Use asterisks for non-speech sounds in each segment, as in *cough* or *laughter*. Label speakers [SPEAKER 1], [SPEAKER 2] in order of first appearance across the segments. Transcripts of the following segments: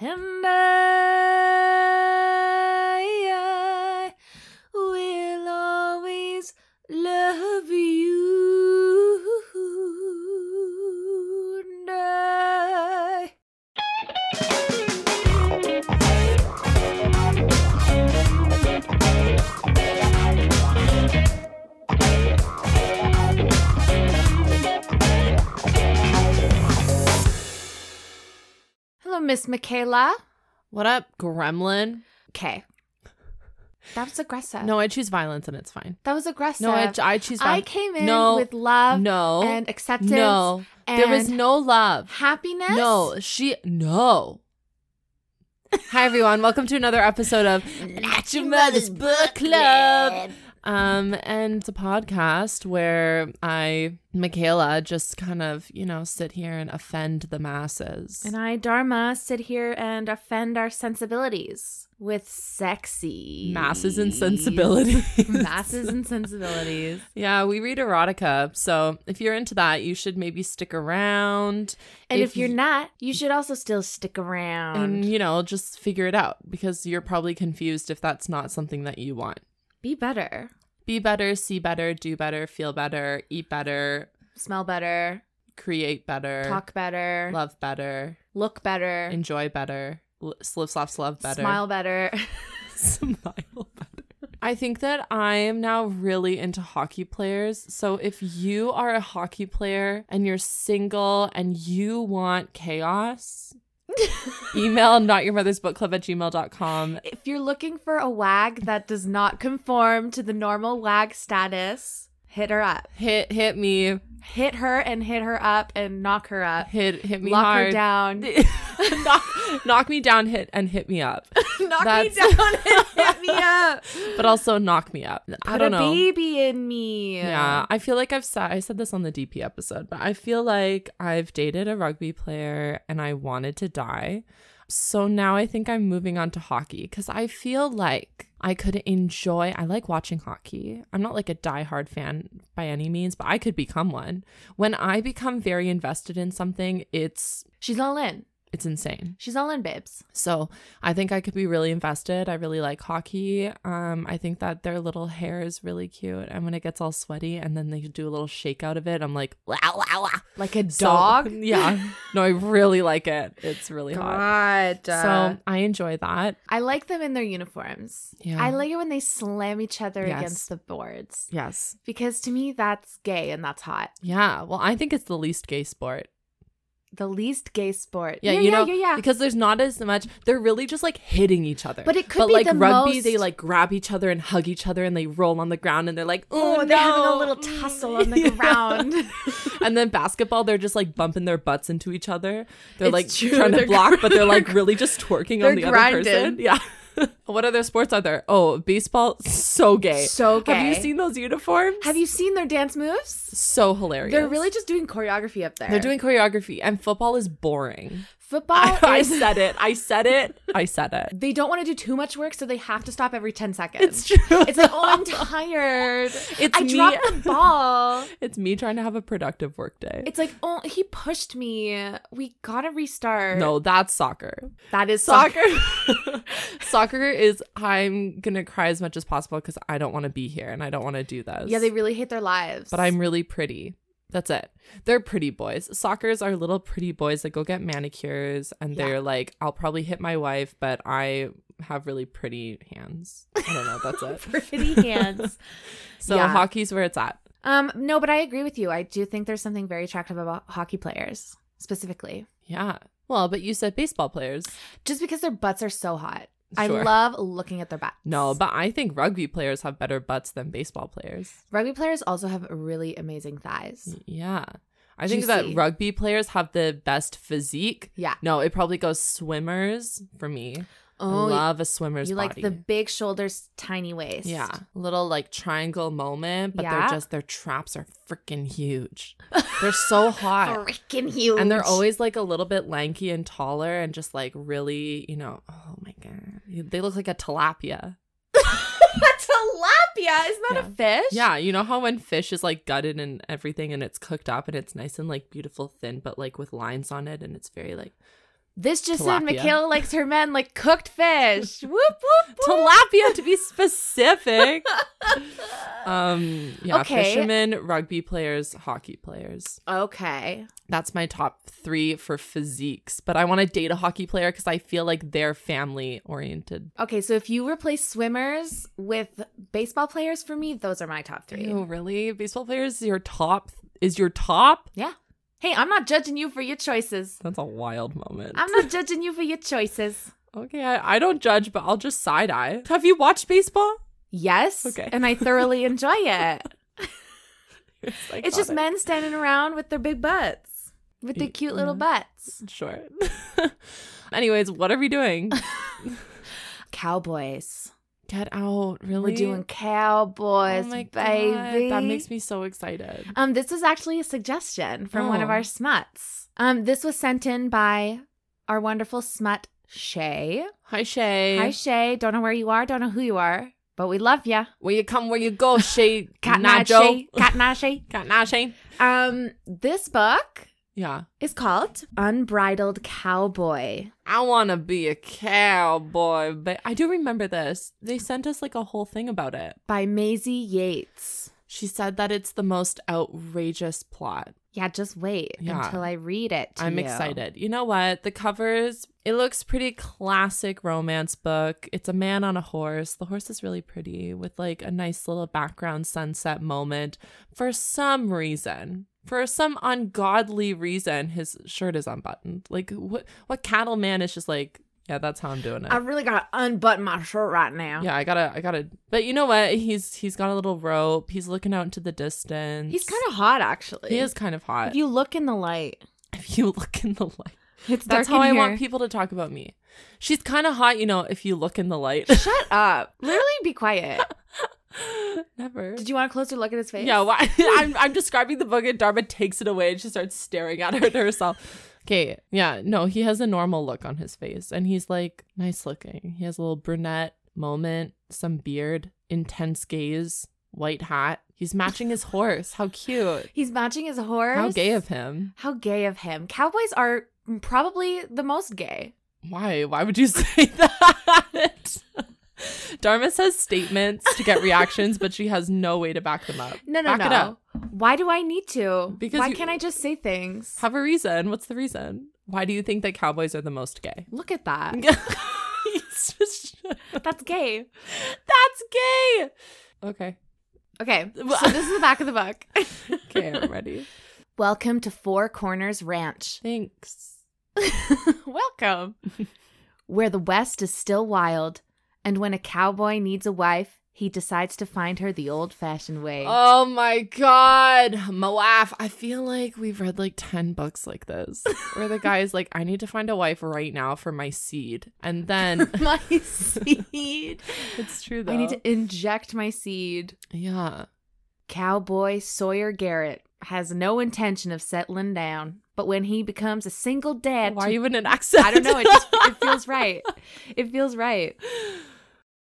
[SPEAKER 1] And I, I will always love you. And I- Hello, Miss Michaela.
[SPEAKER 2] What up, gremlin?
[SPEAKER 1] Okay. That was aggressive.
[SPEAKER 2] No, I choose violence and it's fine.
[SPEAKER 1] that was aggressive.
[SPEAKER 2] No, I, I choose
[SPEAKER 1] I
[SPEAKER 2] violence.
[SPEAKER 1] came in
[SPEAKER 2] No.
[SPEAKER 1] with love
[SPEAKER 2] no.
[SPEAKER 1] and acceptance
[SPEAKER 2] no.
[SPEAKER 1] and
[SPEAKER 2] there was no love.
[SPEAKER 1] happiness.
[SPEAKER 2] No, she no. Hi everyone, welcome to another episode of Not Your Mother's Book Club. Um, and it's a podcast where I, Michaela, just kind of, you know, sit here and offend the masses.
[SPEAKER 1] And I, Dharma, sit here and offend our sensibilities with sexy
[SPEAKER 2] masses and sensibility.
[SPEAKER 1] Masses and
[SPEAKER 2] *laughs*
[SPEAKER 1] sensibilities.
[SPEAKER 2] Yeah, we read erotica. So if you're into that, you should maybe stick around.
[SPEAKER 1] And if, you're
[SPEAKER 2] y-
[SPEAKER 1] not, you should also still stick around.
[SPEAKER 2] and you know, just figure it out because you're probably confused if that's not something that you want.
[SPEAKER 1] Be better.
[SPEAKER 2] Be better, see better, do better, feel better, eat better,
[SPEAKER 1] Smell better.
[SPEAKER 2] create better,
[SPEAKER 1] Talk better.
[SPEAKER 2] love better,
[SPEAKER 1] Look better.
[SPEAKER 2] enjoy better, l- slip, slop, love better,
[SPEAKER 1] Smile better. *laughs*
[SPEAKER 2] smile better. I think that I am now really into hockey players. So if you are a hockey player and you're single and you
[SPEAKER 1] *laughs*
[SPEAKER 2] want chaos, email not your mother's book club at gmail.com.
[SPEAKER 1] if you're looking for a wag that does not conform to the normal wag status, hit her up.
[SPEAKER 2] Hit hit me.
[SPEAKER 1] Hit her and hit her up and knock her up.
[SPEAKER 2] Hit hit me
[SPEAKER 1] Lock
[SPEAKER 2] hard.
[SPEAKER 1] her
[SPEAKER 2] *laughs*
[SPEAKER 1] down.
[SPEAKER 2] knock, knock me down, hit and hit me up. *laughs*
[SPEAKER 1] knock
[SPEAKER 2] That's-
[SPEAKER 1] me down and hit *laughs* me up.
[SPEAKER 2] But also knock me up. I
[SPEAKER 1] Put
[SPEAKER 2] don't
[SPEAKER 1] a
[SPEAKER 2] know.
[SPEAKER 1] baby in me.
[SPEAKER 2] Yeah, I feel like I've said I said this on the DP episode, but I feel like I've dated a rugby player and I wanted to die. So now I think I'm moving on to hockey because I feel like I could enjoy. I like watching hockey. I'm not like a diehard fan by any means, but I could become one. When I become very invested in something, it's
[SPEAKER 1] She's all in.
[SPEAKER 2] it's insane.
[SPEAKER 1] She's all in, babes.
[SPEAKER 2] So I think I could be really invested. I really like hockey. Um, I think that their little hair is really cute, and when it gets all sweaty, and then they do a little shake out of it, I'm like, wow, wow, wow.
[SPEAKER 1] Like a
[SPEAKER 2] So-
[SPEAKER 1] dog. *laughs*
[SPEAKER 2] *laughs* yeah. No, I really like it. It's really hot.
[SPEAKER 1] God.
[SPEAKER 2] So I enjoy that.
[SPEAKER 1] I like them in their uniforms.
[SPEAKER 2] Yeah.
[SPEAKER 1] I like it when they slam each other
[SPEAKER 2] Yes.
[SPEAKER 1] against the boards
[SPEAKER 2] Yes.
[SPEAKER 1] because to me that's gay and that's hot.
[SPEAKER 2] Yeah. Well, I think it's the least gay sport.
[SPEAKER 1] The least gay sport.
[SPEAKER 2] Yeah,
[SPEAKER 1] yeah,
[SPEAKER 2] you
[SPEAKER 1] yeah,
[SPEAKER 2] know,
[SPEAKER 1] yeah, yeah.
[SPEAKER 2] Because there's not as much. They're really just like hitting each other.
[SPEAKER 1] But it could
[SPEAKER 2] but
[SPEAKER 1] be
[SPEAKER 2] like
[SPEAKER 1] the
[SPEAKER 2] rugby,
[SPEAKER 1] most-
[SPEAKER 2] they like grab each other and hug each other, and they roll on the ground, and they're like,
[SPEAKER 1] Oh,
[SPEAKER 2] oh,
[SPEAKER 1] they're having a
[SPEAKER 2] no.
[SPEAKER 1] little
[SPEAKER 2] Mm."
[SPEAKER 1] tussle
[SPEAKER 2] *laughs*
[SPEAKER 1] on the
[SPEAKER 2] Yeah.
[SPEAKER 1] ground.
[SPEAKER 2] and then basketball, they're just like bumping their butts into each other. They're
[SPEAKER 1] It's
[SPEAKER 2] like
[SPEAKER 1] true.
[SPEAKER 2] trying to
[SPEAKER 1] They're
[SPEAKER 2] block, but they're
[SPEAKER 1] gr-
[SPEAKER 2] like really just twerking
[SPEAKER 1] they're
[SPEAKER 2] on the
[SPEAKER 1] grinding.
[SPEAKER 2] other person. Yeah. *laughs* what other sports are there? Oh, baseball, so gay.
[SPEAKER 1] so gay.
[SPEAKER 2] Have you seen those uniforms?
[SPEAKER 1] Have you seen their dance moves?
[SPEAKER 2] So hilarious.
[SPEAKER 1] They're really just doing choreography up there.
[SPEAKER 2] They're doing choreography, and football is boring.
[SPEAKER 1] football.
[SPEAKER 2] *laughs* I
[SPEAKER 1] is-
[SPEAKER 2] said it. I said it. I said it.
[SPEAKER 1] they don't want to do too much work, so they have to stop every 10 seconds.
[SPEAKER 2] It's true. *laughs*
[SPEAKER 1] It's like, oh, I'm tired.
[SPEAKER 2] It's
[SPEAKER 1] I
[SPEAKER 2] me.
[SPEAKER 1] dropped
[SPEAKER 2] *laughs*
[SPEAKER 1] the ball.
[SPEAKER 2] It's me trying to have a productive work day.
[SPEAKER 1] It's like, oh, he pushed me. We gotta restart.
[SPEAKER 2] no, that's soccer.
[SPEAKER 1] that is
[SPEAKER 2] Soccer.
[SPEAKER 1] *laughs*
[SPEAKER 2] soccer is I'm gonna cry as much as possible because I don't want to be here and I don't want to do this.
[SPEAKER 1] Yeah, they really hate their lives. *laughs*
[SPEAKER 2] But I'm really pretty. That's it. They're pretty boys. Soccers are little pretty boys that go get manicures and
[SPEAKER 1] Yeah.
[SPEAKER 2] they're like, I'll probably hit my wife, but I have really pretty hands. I don't know.
[SPEAKER 1] *laughs*
[SPEAKER 2] That's it.
[SPEAKER 1] pretty
[SPEAKER 2] *laughs*
[SPEAKER 1] hands.
[SPEAKER 2] So
[SPEAKER 1] Yeah.
[SPEAKER 2] hockey's where it's at.
[SPEAKER 1] um, no, but I agree with you. I do think there's something very attractive about hockey players specifically,
[SPEAKER 2] Yeah. Well, but you said baseball players.
[SPEAKER 1] just because their butts are so hot. I
[SPEAKER 2] Sure.
[SPEAKER 1] love looking at their butts.
[SPEAKER 2] No, but I think rugby players have better butts than baseball players.
[SPEAKER 1] rugby players also have really amazing
[SPEAKER 2] Mm,
[SPEAKER 1] thighs.
[SPEAKER 2] Yeah. I think
[SPEAKER 1] Juicy.
[SPEAKER 2] that rugby players have the best physique.
[SPEAKER 1] Yeah.
[SPEAKER 2] No, it probably goes swimmers for me.
[SPEAKER 1] Oh,
[SPEAKER 2] I love a swimmer's
[SPEAKER 1] you like
[SPEAKER 2] body.
[SPEAKER 1] the big shoulders, tiny waist.
[SPEAKER 2] yeah, little like triangle moment, but
[SPEAKER 1] Yeah.
[SPEAKER 2] they're just their traps are freaking *laughs* huge. They're so hot.
[SPEAKER 1] freaking huge.
[SPEAKER 2] And they're
[SPEAKER 1] *laughs*
[SPEAKER 2] always like a little bit lanky and taller and just like really, you know, oh my god. They look like a tilapia.
[SPEAKER 1] tilapia. Isn't that a fish?
[SPEAKER 2] Yeah, you know how when fish is like gutted and everything and it's cooked up and it's nice and like beautiful thin, but like with lines on it and it's very like
[SPEAKER 1] This just said
[SPEAKER 2] Tilapia.
[SPEAKER 1] Mikhail likes her men like cooked
[SPEAKER 2] *laughs*
[SPEAKER 1] fish. whoop whoop. whoop.
[SPEAKER 2] Tilapia to
[SPEAKER 1] *laughs*
[SPEAKER 2] be specific. um yeah,
[SPEAKER 1] Okay.
[SPEAKER 2] fishermen, rugby players, hockey players.
[SPEAKER 1] Okay.
[SPEAKER 2] That's my top 3 for physiques, but I want to date a hockey player cuz I feel like they're family oriented.
[SPEAKER 1] Okay, so if you replace swimmers with baseball players for me, those are my top three.
[SPEAKER 2] Oh, really? Baseball players is your top is your top?
[SPEAKER 1] Hey, I'm not judging you for your choices.
[SPEAKER 2] That's a wild moment.
[SPEAKER 1] I'm
[SPEAKER 2] *laughs*
[SPEAKER 1] not judging you for your choices.
[SPEAKER 2] okay, I, I don't judge, but I'll just side eye. Have you watched baseball? *laughs*
[SPEAKER 1] Yes.
[SPEAKER 2] Okay.
[SPEAKER 1] And I
[SPEAKER 2] *laughs*
[SPEAKER 1] thoroughly enjoy it. it's just
[SPEAKER 2] Psychotic.
[SPEAKER 1] men standing around with their big butts, with their
[SPEAKER 2] Y-
[SPEAKER 1] cute little butts.
[SPEAKER 2] Sure. *laughs* Anyways, what are we
[SPEAKER 1] *laughs*
[SPEAKER 2] doing?
[SPEAKER 1] Cowboys.
[SPEAKER 2] Get out, really?
[SPEAKER 1] We're doing cowboys, baby.
[SPEAKER 2] Oh That makes me so excited.
[SPEAKER 1] Um, this was actually a suggestion from one of
[SPEAKER 2] Oh.
[SPEAKER 1] our smuts. Um, this was sent in by our wonderful smut Shay.
[SPEAKER 2] Hi, Shay.
[SPEAKER 1] Hi Shay, don't know where you are, don't know who you are, but we love ya.
[SPEAKER 2] where you come, where you go, Shay.
[SPEAKER 1] Cat
[SPEAKER 2] Nah,
[SPEAKER 1] na
[SPEAKER 2] Joe. *laughs*
[SPEAKER 1] Shay, cat na Shay.
[SPEAKER 2] Cat nah, Shay.
[SPEAKER 1] Um, this book
[SPEAKER 2] Yeah.
[SPEAKER 1] is called Unbridled Cowboy.
[SPEAKER 2] I want to be a cowboy, but I do remember this. They sent us like a whole thing about it.
[SPEAKER 1] by Maisie Yates.
[SPEAKER 2] She said that it's the most outrageous plot.
[SPEAKER 1] Yeah, just wait
[SPEAKER 2] Yeah.
[SPEAKER 1] until I read it. to
[SPEAKER 2] I'm
[SPEAKER 1] you.
[SPEAKER 2] excited. You know what? The covers, it looks pretty classic romance book. It's a man on a horse. The horse is really pretty with like a nice little background sunset moment. For some reason, for some ungodly reason, his shirt is unbuttoned. Like what what cattleman is just like, yeah, that's how I'm doing it.
[SPEAKER 1] I really gotta unbutton my shirt right now.
[SPEAKER 2] yeah, I gotta, I gotta. But you know what? He's he's got a little rope. He's looking out into the distance.
[SPEAKER 1] He's kind of hot, actually.
[SPEAKER 2] he is kind of hot.
[SPEAKER 1] If you look in the light,
[SPEAKER 2] *laughs* if you look in the light.
[SPEAKER 1] it's dark
[SPEAKER 2] That's how I
[SPEAKER 1] in
[SPEAKER 2] want
[SPEAKER 1] here.
[SPEAKER 2] people to talk about me. She's kind of hot, you know, if you look in
[SPEAKER 1] *laughs*
[SPEAKER 2] the light.
[SPEAKER 1] Shut up! Literally, be
[SPEAKER 2] *laughs*
[SPEAKER 1] quiet.
[SPEAKER 2] Never.
[SPEAKER 1] Did you want a closer look at his face?
[SPEAKER 2] Yeah, why? *laughs* I'm, I'm describing the book and Dharma takes it away and she starts staring at her to herself. Okay, yeah, no, he has a normal look on his face and he's like nice looking. He has a little brunette moment, some beard, intense gaze, white hat. He's matching his horse. How cute.
[SPEAKER 1] He's matching his horse.
[SPEAKER 2] How gay of him.
[SPEAKER 1] How gay of him. Cowboys are probably the most gay.
[SPEAKER 2] Why? Why would you *laughs* say that? Dharma says statements to get reactions, but she has no way to back them up.
[SPEAKER 1] No, no,
[SPEAKER 2] back
[SPEAKER 1] no.
[SPEAKER 2] it up.
[SPEAKER 1] Why do I need to?
[SPEAKER 2] Because
[SPEAKER 1] why
[SPEAKER 2] you-
[SPEAKER 1] can't I just say things?
[SPEAKER 2] Have a reason. What's the reason? Why do you think that cowboys are the most gay? *laughs*
[SPEAKER 1] look at that.
[SPEAKER 2] It's just-
[SPEAKER 1] That's gay.
[SPEAKER 2] that's gay. Okay. *laughs*
[SPEAKER 1] Okay, so
[SPEAKER 2] Well-
[SPEAKER 1] this is the back of the
[SPEAKER 2] *laughs*
[SPEAKER 1] book.
[SPEAKER 2] Okay, *laughs* I'm ready.
[SPEAKER 1] Welcome to Four Corners
[SPEAKER 2] *laughs*
[SPEAKER 1] Ranch.
[SPEAKER 2] Thanks.
[SPEAKER 1] Welcome. *laughs* Where the West is still wild, and when a cowboy needs a wife, he decides to find her the old fashioned way.
[SPEAKER 2] Oh my god, Moaf. I feel like we've read like 10 books like this where the guy is like, I need to find a wife right now for my seed. And then
[SPEAKER 1] my seed.
[SPEAKER 2] *laughs* it's true though.
[SPEAKER 1] I need to inject my seed.
[SPEAKER 2] Yeah.
[SPEAKER 1] Cowboy Sawyer Garrett has no intention of settling down, but when he becomes a single dad,
[SPEAKER 2] Why
[SPEAKER 1] to-
[SPEAKER 2] are you in an
[SPEAKER 1] *laughs*
[SPEAKER 2] accent?
[SPEAKER 1] I don't know, it
[SPEAKER 2] *laughs*
[SPEAKER 1] just it feels right. It feels right.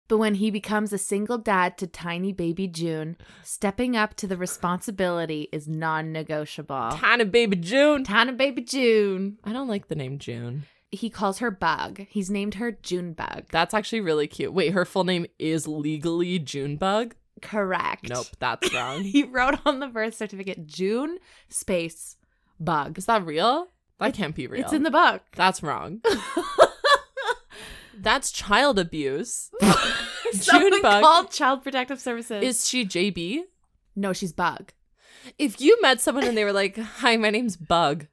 [SPEAKER 1] But when he becomes a single dad to tiny baby June, stepping up to the responsibility is non-negotiable.
[SPEAKER 2] Tiny Oh. baby June.
[SPEAKER 1] Tiny baby June.
[SPEAKER 2] I don't like the name June.
[SPEAKER 1] He calls her Bug. He's named her Junebug.
[SPEAKER 2] That's actually really cute. Wait, her full name is legally Junebug?
[SPEAKER 1] Correct.
[SPEAKER 2] Nope, that's *laughs*
[SPEAKER 1] *laughs*
[SPEAKER 2] wrong.
[SPEAKER 1] He wrote on the birth certificate June space Bug.
[SPEAKER 2] is that real? That can't be real.
[SPEAKER 1] It's in the book.
[SPEAKER 2] that's *laughs* wrong. that's child *laughs* abuse.
[SPEAKER 1] *laughs* Someone
[SPEAKER 2] Junebug.
[SPEAKER 1] called Child Protective Services.
[SPEAKER 2] Is she JB?
[SPEAKER 1] no, she's Bug.
[SPEAKER 2] If you met someone and they were like, "Hi, my name's Bug,"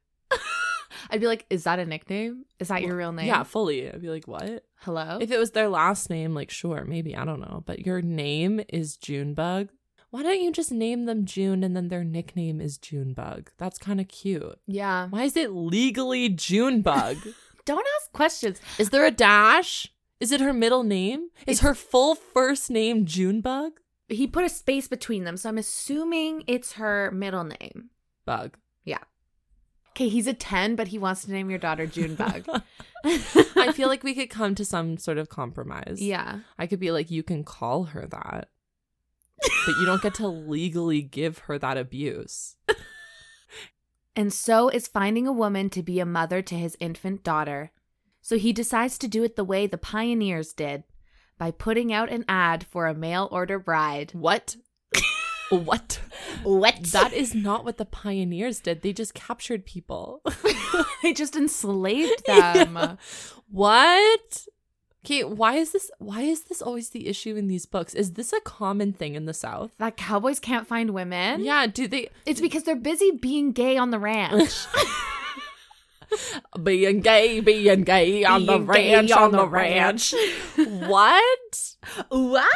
[SPEAKER 1] I'd be like, is that a nickname? Is that your real name?
[SPEAKER 2] yeah, fully, I'd be like, "What?"
[SPEAKER 1] Hello?
[SPEAKER 2] If it was their last name, like, sure, maybe I don't know, but your name is Junebug. Why don't you just name them June and then their nickname is Junebug? That's kind of cute.
[SPEAKER 1] yeah.
[SPEAKER 2] Why is it legally Junebug?
[SPEAKER 1] Don't ask questions.
[SPEAKER 2] Is there a dash? Is it her middle name? Is her full first name Junebug?
[SPEAKER 1] He put a space between them, so I'm assuming it's her middle name.
[SPEAKER 2] Bug.
[SPEAKER 1] Okay, he's a 10, but he wants to name your daughter *laughs* Junebug.
[SPEAKER 2] I feel like we could come to some sort of compromise.
[SPEAKER 1] yeah.
[SPEAKER 2] I could be like, you can call her that, but you don't get to legally give her that abuse.
[SPEAKER 1] And so is finding a woman to be a mother to his infant daughter. So he decides to do it the way the pioneers did by putting out an ad for a mail order bride.
[SPEAKER 2] What? what?
[SPEAKER 1] What? *laughs*
[SPEAKER 2] That is not what the pioneers did. They just captured people. *laughs*
[SPEAKER 1] they just enslaved them.
[SPEAKER 2] Yeah. What? Okay, why is this why is this always the issue in these books? Is this a common thing in the South?
[SPEAKER 1] That cowboys can't find women.
[SPEAKER 2] Yeah, do they
[SPEAKER 1] It's because they're busy being gay on the ranch.
[SPEAKER 2] being gay, being gay *laughs* on the
[SPEAKER 1] Being gay
[SPEAKER 2] ranch
[SPEAKER 1] on
[SPEAKER 2] on the
[SPEAKER 1] the
[SPEAKER 2] ranch? *laughs* what?
[SPEAKER 1] what?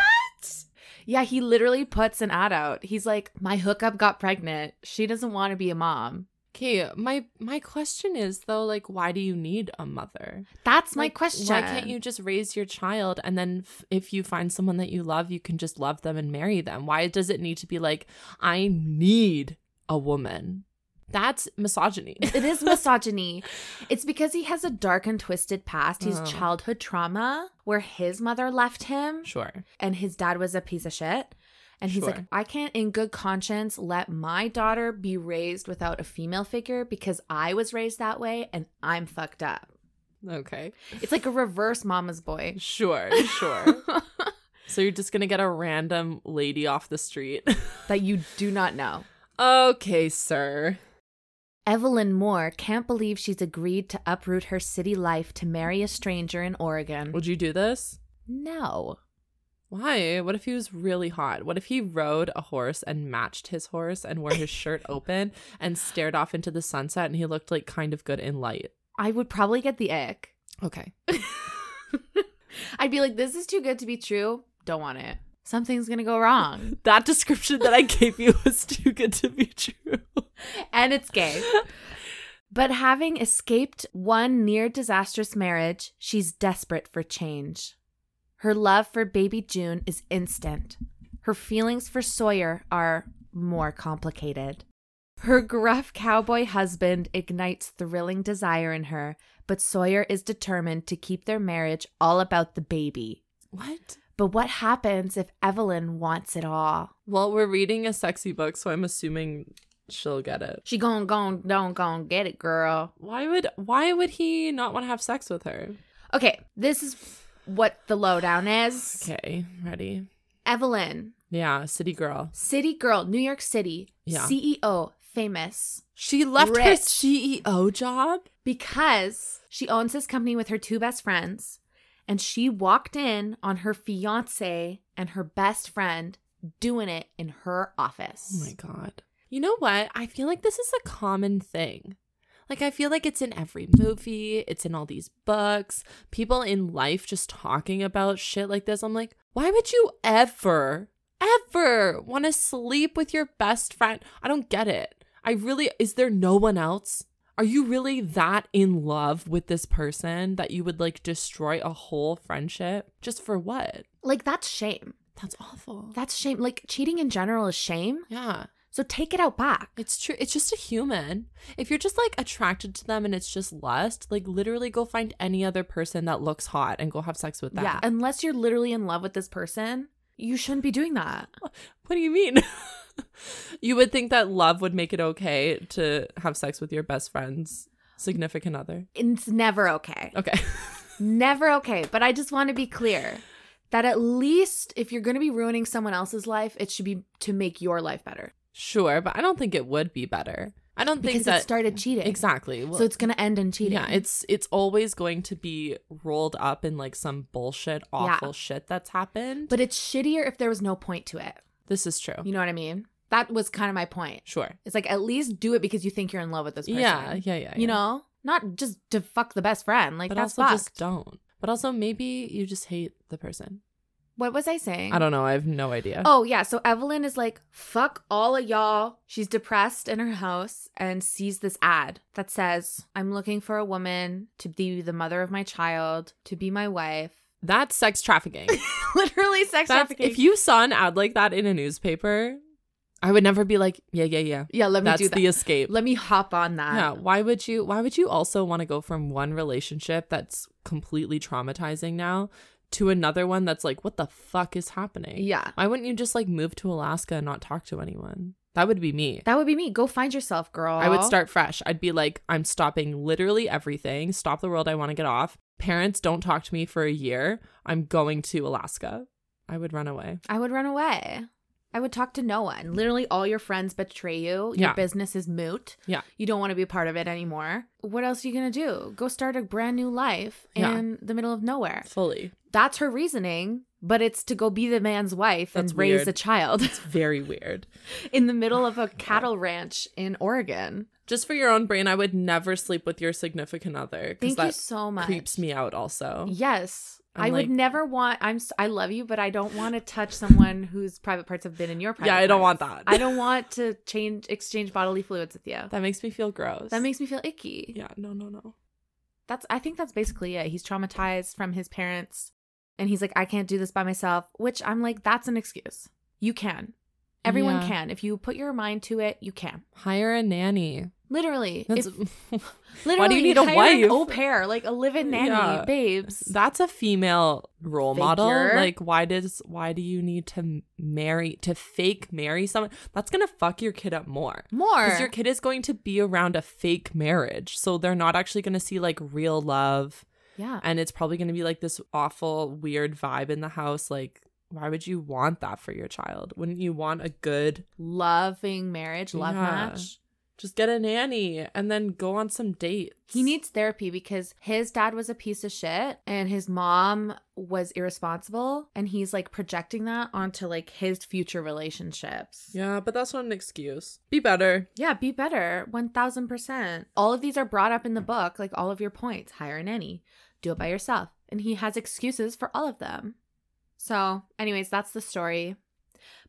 [SPEAKER 1] *laughs* Yeah, he literally puts an ad out. He's like, My hookup got pregnant. She doesn't want to be a mom.
[SPEAKER 2] Okay, my my question is though, like, why do you need a mother?
[SPEAKER 1] That's my
[SPEAKER 2] Like,
[SPEAKER 1] question.
[SPEAKER 2] Why can't you just raise your child and then f- if you find someone that you love, you can just love them and marry them? Why does it need to be like, I need a woman? That's misogyny. *laughs*
[SPEAKER 1] It is misogyny. it's because he has a dark and twisted past. He's
[SPEAKER 2] Oh.
[SPEAKER 1] childhood trauma where his mother left him
[SPEAKER 2] sure.
[SPEAKER 1] and his dad was a piece of shit. And he's like,
[SPEAKER 2] Sure.
[SPEAKER 1] I can't, in good conscience, let my daughter be raised without a female figure because I was raised that way and I'm fucked up.
[SPEAKER 2] Okay.
[SPEAKER 1] It's like a reverse mama's boy.
[SPEAKER 2] Sure, sure. *laughs* so you're just gonna get a random lady off the street. *laughs*
[SPEAKER 1] that you do not know.
[SPEAKER 2] okay, sir.
[SPEAKER 1] Evelyn Moore can't believe she's agreed to uproot her city life to marry a stranger in Oregon.
[SPEAKER 2] Would you do this?
[SPEAKER 1] No.
[SPEAKER 2] Why? What if he was really hot? What if he rode a horse and matched his horse and wore his *laughs* shirt open and stared off into the sunset and he looked like kind of good in light?
[SPEAKER 1] I would probably get the ick.
[SPEAKER 2] Okay.
[SPEAKER 1] *laughs* I'd be like, this is too good to be true. Don't want it. Something's going to go
[SPEAKER 2] *laughs*
[SPEAKER 1] wrong.
[SPEAKER 2] That description that I gave you *laughs* was too good to be true.
[SPEAKER 1] and it's gay. But having escaped one near disastrous marriage, she's desperate for change. Her love for baby June is instant. Her feelings for Sawyer are more complicated. Her gruff cowboy husband ignites thrilling desire in her, but Sawyer is determined to keep their marriage all about the baby.
[SPEAKER 2] What?
[SPEAKER 1] But what happens if Evelyn wants it all?
[SPEAKER 2] Well, we're reading a sexy book, so I'm assuming she'll get it.
[SPEAKER 1] She gon' gon' don't gon' get it, girl.
[SPEAKER 2] Why would why would he not want to have sex with her?
[SPEAKER 1] Okay, this is what the lowdown is.
[SPEAKER 2] Okay, ready.
[SPEAKER 1] Evelyn,
[SPEAKER 2] Yeah, city girl.
[SPEAKER 1] city girl, New York City,
[SPEAKER 2] Yeah.
[SPEAKER 1] CEO, famous
[SPEAKER 2] She left her
[SPEAKER 1] Rich.
[SPEAKER 2] CEO job.
[SPEAKER 1] because she owns this company with her two best friends. And she walked in on her fiance and her best friend doing it in her
[SPEAKER 2] Oh my
[SPEAKER 1] office.
[SPEAKER 2] god. You know what? I feel like this is a common thing. Like I feel like it's in every movie, it's in all these books, people in life just talking about shit like this. I'm like, why would you ever ever want to sleep with your best friend? I don't get it. I really is there no one else? Are you really that in love with this person that you would like destroy a whole friendship just for what?
[SPEAKER 1] like, that's shame.
[SPEAKER 2] That's awful.
[SPEAKER 1] That's shame. Like, cheating in general is shame.
[SPEAKER 2] yeah.
[SPEAKER 1] So take it out back.
[SPEAKER 2] It's true. It's just a human. If you're just like attracted to them and it's just lust, like literally go find any other person that looks hot and go have sex with them.
[SPEAKER 1] Yeah. Unless you're literally in love with this person, you shouldn't be doing that.
[SPEAKER 2] What do you mean? *laughs* you would think that love would make it okay to have sex with your best friend's significant other.
[SPEAKER 1] It's never okay.
[SPEAKER 2] Okay. *laughs*
[SPEAKER 1] Never okay. But I just want to be clear that at least if you're going to be ruining someone else's life, it should be to make your life better
[SPEAKER 2] sure, but I don't think it would be better. I don't think
[SPEAKER 1] because
[SPEAKER 2] that
[SPEAKER 1] it started cheating.
[SPEAKER 2] exactly. Well,
[SPEAKER 1] So it's going to end in cheating.
[SPEAKER 2] Yeah, it's it's always going to be rolled up in like some bullshit, awful shit that's happened.
[SPEAKER 1] but it's shittier if there was no point to it.
[SPEAKER 2] this is true.
[SPEAKER 1] You know what I mean? That was kind of my point.
[SPEAKER 2] sure.
[SPEAKER 1] It's like at least do it because you think you're in love with this person.
[SPEAKER 2] Yeah, yeah, yeah.
[SPEAKER 1] You
[SPEAKER 2] yeah.
[SPEAKER 1] know, not just to fuck the best friend. Like
[SPEAKER 2] but
[SPEAKER 1] that's
[SPEAKER 2] also
[SPEAKER 1] fucked.
[SPEAKER 2] just don't. But also maybe you just hate the person.
[SPEAKER 1] what was I saying?
[SPEAKER 2] I don't know. I have no idea.
[SPEAKER 1] *laughs* Oh yeah, so Evelyn is like, "Fuck all of y'all." She's depressed in her house and sees this ad that says, "I'm looking for a woman to be the mother of my child, to be my wife." *laughs*
[SPEAKER 2] That's sex trafficking.
[SPEAKER 1] Literally sex
[SPEAKER 2] That's,
[SPEAKER 1] trafficking.
[SPEAKER 2] if you saw an ad like that in a newspaper, I would never be like, yeah, yeah, yeah.
[SPEAKER 1] yeah, let me
[SPEAKER 2] That's
[SPEAKER 1] do that.
[SPEAKER 2] the escape.
[SPEAKER 1] let me hop on that.
[SPEAKER 2] yeah. Why would you? Why would you also want to go from one relationship that's completely traumatizing now to another one that's like, what the fuck is happening?
[SPEAKER 1] Yeah.
[SPEAKER 2] Why wouldn't you just like move to Alaska and not talk to anyone? That would be me.
[SPEAKER 1] That would be me. Go find yourself, girl.
[SPEAKER 2] I would start fresh. I'd be like, I'm stopping literally everything. Stop the world. I want to get off. parents don't talk to me for a year, I'm going to Alaska. I would run away.
[SPEAKER 1] I would run away. I would talk to no one. Literally, all your friends betray you. Your
[SPEAKER 2] Yeah.
[SPEAKER 1] business is moot.
[SPEAKER 2] Yeah.
[SPEAKER 1] You don't want to be a part of it anymore. What else are you going to do? Go start a brand new life in
[SPEAKER 2] Yeah.
[SPEAKER 1] the middle of nowhere.
[SPEAKER 2] Fully.
[SPEAKER 1] That's her reasoning, but it's to go be the man's wife
[SPEAKER 2] That's
[SPEAKER 1] and raise
[SPEAKER 2] weird.
[SPEAKER 1] a child *laughs*
[SPEAKER 2] It's very weird.
[SPEAKER 1] in the middle of a cattle ranch in
[SPEAKER 2] *laughs*
[SPEAKER 1] Oregon.
[SPEAKER 2] Just for your own brain, I would never sleep with your significant other because
[SPEAKER 1] Thank you
[SPEAKER 2] that
[SPEAKER 1] so much.
[SPEAKER 2] creeps me out also.
[SPEAKER 1] Yes.
[SPEAKER 2] I'm
[SPEAKER 1] i
[SPEAKER 2] like-
[SPEAKER 1] would never want I'm s- I love you but I don't want to touch someone whose private parts have been in your private
[SPEAKER 2] Yeah, I don't want
[SPEAKER 1] parts.
[SPEAKER 2] that.
[SPEAKER 1] I don't want to change exchange bodily fluids with you.
[SPEAKER 2] That makes me feel gross.
[SPEAKER 1] That makes me feel icky.
[SPEAKER 2] Yeah, no, no, no.
[SPEAKER 1] That's I think that's basically it. He's traumatized from his parents and he's like I can't do this by myself, which I'm like that's an excuse. You can. Everyone
[SPEAKER 2] Yeah.
[SPEAKER 1] can. If you put your mind to it, you can.
[SPEAKER 2] Hire a nanny.
[SPEAKER 1] Literally.
[SPEAKER 2] That's *laughs*
[SPEAKER 1] if, literally
[SPEAKER 2] Why do you need a
[SPEAKER 1] hire
[SPEAKER 2] wife?
[SPEAKER 1] An au pair, like a live-in nanny,
[SPEAKER 2] Yeah.
[SPEAKER 1] babes.
[SPEAKER 2] that's a female role model.
[SPEAKER 1] Figure.
[SPEAKER 2] Like, why does why do you need to m- marry to fake marry someone? That's gonna fuck your kid up more.
[SPEAKER 1] More.
[SPEAKER 2] Because your kid is going to be around a fake marriage, so they're not actually gonna see like real love,
[SPEAKER 1] yeah.
[SPEAKER 2] and it's probably gonna be like this awful, weird vibe in the house. Like, why would you want that for your child? Wouldn't you want a good
[SPEAKER 1] loving marriage, love
[SPEAKER 2] Yeah.
[SPEAKER 1] match.
[SPEAKER 2] just get a nanny and then go on some dates?
[SPEAKER 1] He needs therapy because his dad was a piece of shit and his mom was irresponsible and he's like projecting that onto like his future relationships.
[SPEAKER 2] Yeah, but that's not an excuse. Be better.
[SPEAKER 1] Yeah, be better. 1000%. All of these are brought up in the book, like all of your points. Hire a nanny, do it by yourself. And he has excuses for all of them. So, anyways, that's the story.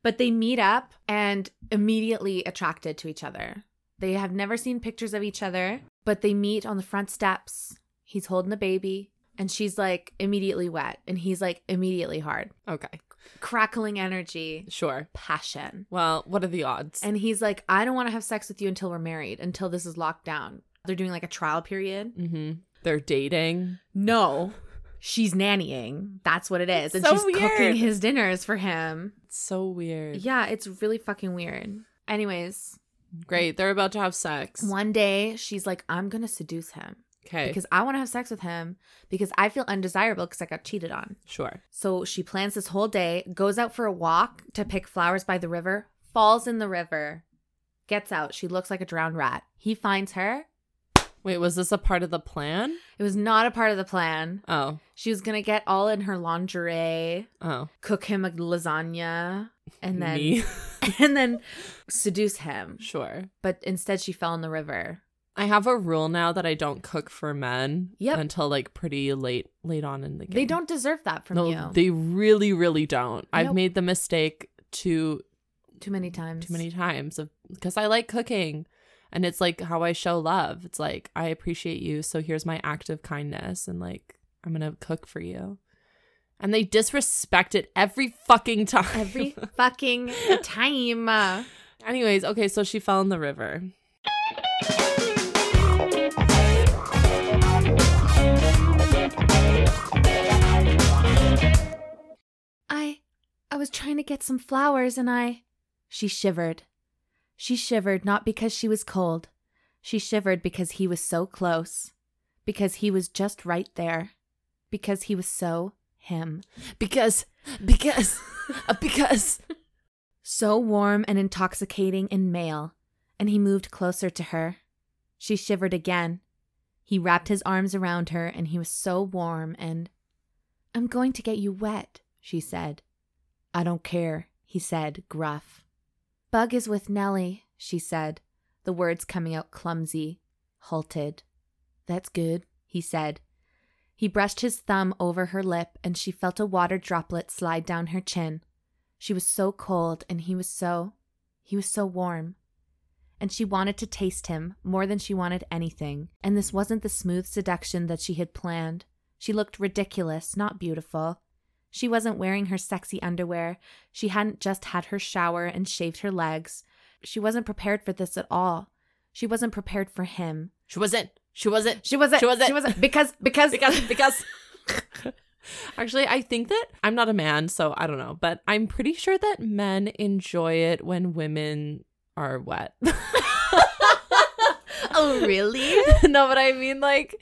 [SPEAKER 1] But they meet up and immediately attracted to each other. They have never seen pictures of each other, but they meet on the front steps. He's holding a baby, and she's like immediately wet, and he's like immediately hard.
[SPEAKER 2] Okay,
[SPEAKER 1] Crackling energy,
[SPEAKER 2] sure.
[SPEAKER 1] passion.
[SPEAKER 2] Well, what are the odds?
[SPEAKER 1] And he's like, I don't want to have sex with you until we're married, until this is locked down. They're doing like a trial period.
[SPEAKER 2] mm-hmm. They're dating.
[SPEAKER 1] No, she's nannying. That's what it is.
[SPEAKER 2] It's
[SPEAKER 1] And
[SPEAKER 2] so
[SPEAKER 1] she's
[SPEAKER 2] weird.
[SPEAKER 1] cooking his dinners for him.
[SPEAKER 2] It's so weird.
[SPEAKER 1] Yeah, it's really fucking weird. Anyways,
[SPEAKER 2] Great. They're about to have sex.
[SPEAKER 1] one day she's like, I'm going to seduce him
[SPEAKER 2] Okay.
[SPEAKER 1] because I want to have sex with him because I feel undesirable because I got cheated on.
[SPEAKER 2] sure.
[SPEAKER 1] So she plans this whole day, goes out for a walk to pick flowers by the river, falls in the river, gets out. She looks like a drowned rat. He finds her.
[SPEAKER 2] Wait, was this a part of the plan?
[SPEAKER 1] It was not a part of the plan.
[SPEAKER 2] Oh.
[SPEAKER 1] She was gonna get all in her lingerie,
[SPEAKER 2] Oh.
[SPEAKER 1] cook him a lasagna, and then
[SPEAKER 2] Me.
[SPEAKER 1] *laughs*
[SPEAKER 2] *laughs*
[SPEAKER 1] and then seduce him.
[SPEAKER 2] sure.
[SPEAKER 1] But instead, she fell in the river.
[SPEAKER 2] I have a rule now that I don't cook for men
[SPEAKER 1] Yep.
[SPEAKER 2] until like pretty late late on in the game.
[SPEAKER 1] They don't deserve that from
[SPEAKER 2] No,
[SPEAKER 1] you.
[SPEAKER 2] they really, really don't. I've
[SPEAKER 1] Nope.
[SPEAKER 2] made the mistake too
[SPEAKER 1] too many times.
[SPEAKER 2] too many times of because I like cooking and it's like how I show love. It's like I appreciate you, so here's my act of kindness and like I'm going to cook for you. And they disrespect it every fucking time. *laughs*
[SPEAKER 1] Every fucking time. Uh,
[SPEAKER 2] Anyways, okay, so she fell in the river.
[SPEAKER 1] I, I was trying to get some flowers, and I. She shivered. She shivered not because she was cold. She shivered because he was so close. Because he was just right there. Because he was so him.
[SPEAKER 2] Because because uh, because
[SPEAKER 1] so warm and intoxicating and male, and he moved closer to her. She shivered again. He wrapped his arms around her, and he was so warm and. I'm going to get you wet, she said. I don't care, he said, gruff. Bug is with Nellie, she said, the words coming out clumsy, halted. That's good, he said. He brushed his thumb over her lip, and she felt a water droplet slide down her chin. She was so cold and he was so he was so warm. And she wanted to taste him more than she wanted anything. And this wasn't the smooth seduction that she had planned. She looked ridiculous, not beautiful. She wasn't wearing her sexy underwear. She hadn't just had her shower and shaved her legs. She wasn't prepared for this at all. She wasn't prepared for him.
[SPEAKER 2] she wasn't. She wasn't.
[SPEAKER 1] She wasn't.
[SPEAKER 2] She wasn't.
[SPEAKER 1] She wasn't. Because, because,
[SPEAKER 2] *laughs* because
[SPEAKER 1] *laughs*
[SPEAKER 2] because actually i think that i'm not a man so i don't know but i'm pretty sure that men enjoy it when women are wet *laughs*
[SPEAKER 1] oh, really?
[SPEAKER 2] *laughs* no but i mean like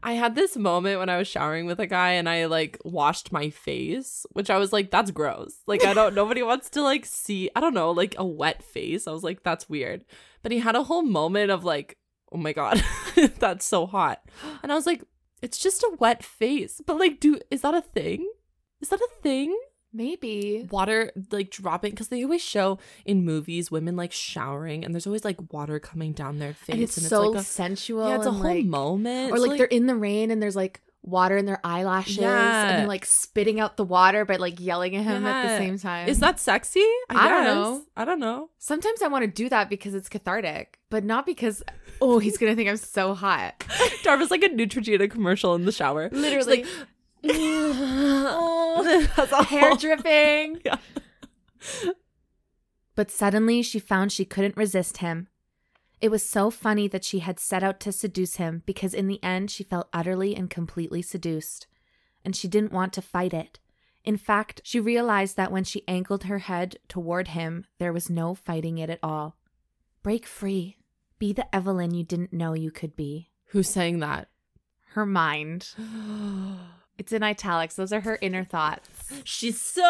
[SPEAKER 2] I had this moment when I was showering with a guy and I like washed my face, which I was like, that's gross. Like, I don't, nobody wants to like see, I don't know, like a wet face. I was like, that's weird. But he had a whole moment of like, oh my God, *laughs* that's so hot. And I was like, it's just a wet face. But like, do, is that a thing? Is that a thing?
[SPEAKER 1] Maybe.
[SPEAKER 2] water like dropping because they always show in movies women like showering and there's always like water coming down their face
[SPEAKER 1] And it's, so
[SPEAKER 2] like a,
[SPEAKER 1] sensual.
[SPEAKER 2] yeah it's a
[SPEAKER 1] and,
[SPEAKER 2] whole
[SPEAKER 1] like-
[SPEAKER 2] moment
[SPEAKER 1] Or
[SPEAKER 2] So,
[SPEAKER 1] like, they're in the rain and there's like water in their eyelashes and
[SPEAKER 2] Yeah.
[SPEAKER 1] they're like spitting out the water but like yelling at him at the
[SPEAKER 2] Yeah.
[SPEAKER 1] same time.
[SPEAKER 2] is that sexy
[SPEAKER 1] I don't know.
[SPEAKER 2] guess. I don't know
[SPEAKER 1] Sometimes I want to do that because it's cathartic, but not because oh, he's going to think I'm so hot.
[SPEAKER 2] Darva's like a Neutrogena commercial in the *laughs* shower
[SPEAKER 1] Literally
[SPEAKER 2] *laughs* That's all.
[SPEAKER 1] Oh, hair dripping.
[SPEAKER 2] *laughs* Yeah.
[SPEAKER 1] But suddenly she found she couldn't resist him. It was so funny that she had set out to seduce him because in the end she felt utterly and completely seduced. And she didn't want to fight it. In fact, she realized that when she angled her head toward him, there was no fighting it at all. Break free. Be the Evelyn you didn't know you could be.
[SPEAKER 2] who's saying that
[SPEAKER 1] Her mind. It's in italics. Those are her inner thoughts.
[SPEAKER 2] *gasps* she's soaring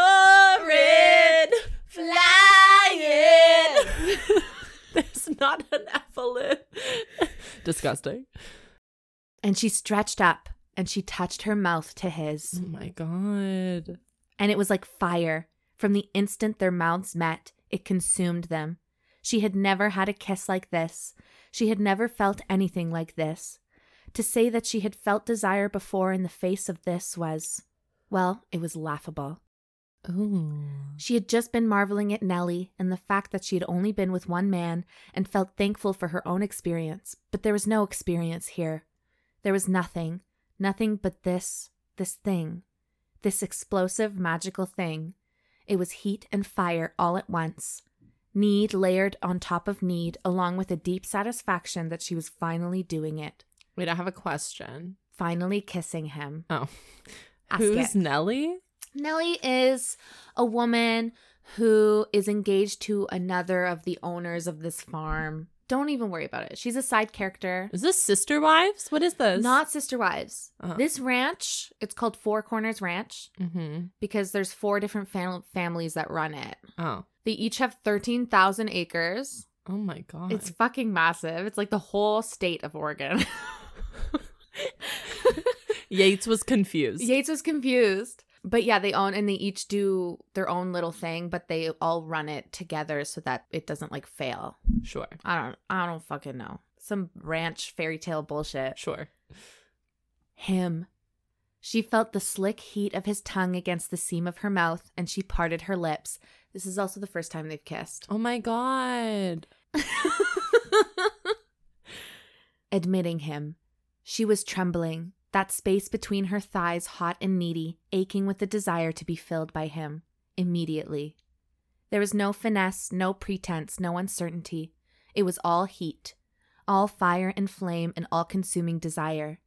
[SPEAKER 2] flying *laughs* there's not an evelyn *laughs* disgusting
[SPEAKER 1] And she stretched up and she touched her mouth to his.
[SPEAKER 2] Oh my god.
[SPEAKER 1] And it was like fire. From the instant their mouths met, it consumed them. She had never had a kiss like this. She had never felt anything like this. To say that she had felt desire before in the face of this was, well, it was laughable.
[SPEAKER 2] Oh.
[SPEAKER 1] She had just been marveling at Nellie and the fact that she had only been with one man and felt thankful for her own experience, but there was no experience here. There was nothing, nothing but this, this thing, this explosive, magical thing. It was heat and fire all at once. Need layered on top of need, along with a deep satisfaction that she was finally doing it,
[SPEAKER 2] Wait, I have a question.
[SPEAKER 1] finally kissing him.
[SPEAKER 2] Oh.
[SPEAKER 1] Ask it.
[SPEAKER 2] Who's Nelly?
[SPEAKER 1] Nellie is a woman who is engaged to another of the owners of this farm. Don't even worry about it. She's a side character.
[SPEAKER 2] Is this Sister Wives? What is this?
[SPEAKER 1] Not sister wives.
[SPEAKER 2] Uh-huh.
[SPEAKER 1] This ranch, it's called Four Corners Ranch
[SPEAKER 2] Mm-hmm.
[SPEAKER 1] because there's four different fam- families that run it.
[SPEAKER 2] Oh.
[SPEAKER 1] They each have 13,000 acres.
[SPEAKER 2] Oh my god.
[SPEAKER 1] It's fucking massive. It's like the whole state of
[SPEAKER 2] *laughs*
[SPEAKER 1] Oregon. *laughs*
[SPEAKER 2] Yates was confused.
[SPEAKER 1] Yates was confused. But yeah, they own and they each do their own little thing, but they all run it together so that it doesn't like fail.
[SPEAKER 2] Sure.
[SPEAKER 1] I don't I don't fucking know. Some ranch fairy tale bullshit.
[SPEAKER 2] Sure.
[SPEAKER 1] Him. She felt the slick heat of his tongue against the seam of her mouth and she parted her lips. This is also the first time they've kissed.
[SPEAKER 2] Oh my god.
[SPEAKER 1] *laughs* Admitting him. She was trembling, that space between her thighs hot and needy, aching with the desire to be filled by him immediately. There was no finesse, no pretense, no uncertainty. It was all heat, all fire and flame, and all consuming desire.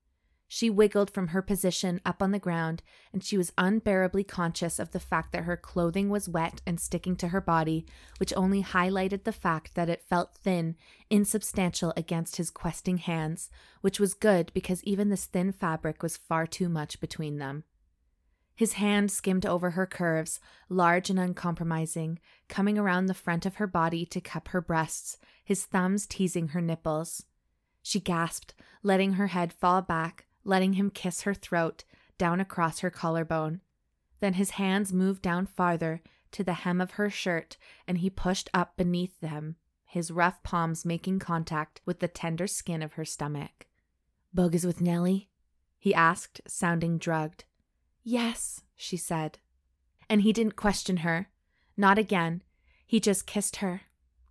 [SPEAKER 1] She wiggled from her position up on the ground, and she was unbearably conscious of the fact that her clothing was wet and sticking to her body, which only highlighted the fact that it felt thin, insubstantial against his questing hands, which was good because even this thin fabric was far too much between them. His hand skimmed over her curves, large and uncompromising, coming around the front of her body to cup her breasts, his thumbs teasing her nipples. She gasped, letting her head fall back, letting him kiss her throat, down across her collarbone. Then his hands moved down farther to the hem of her shirt, and he pushed up beneath them, his rough palms making contact with the tender skin of her stomach. Bug is with Nellie? he asked, sounding drugged. Yes, she said. And he didn't question her. Not again. He just kissed her.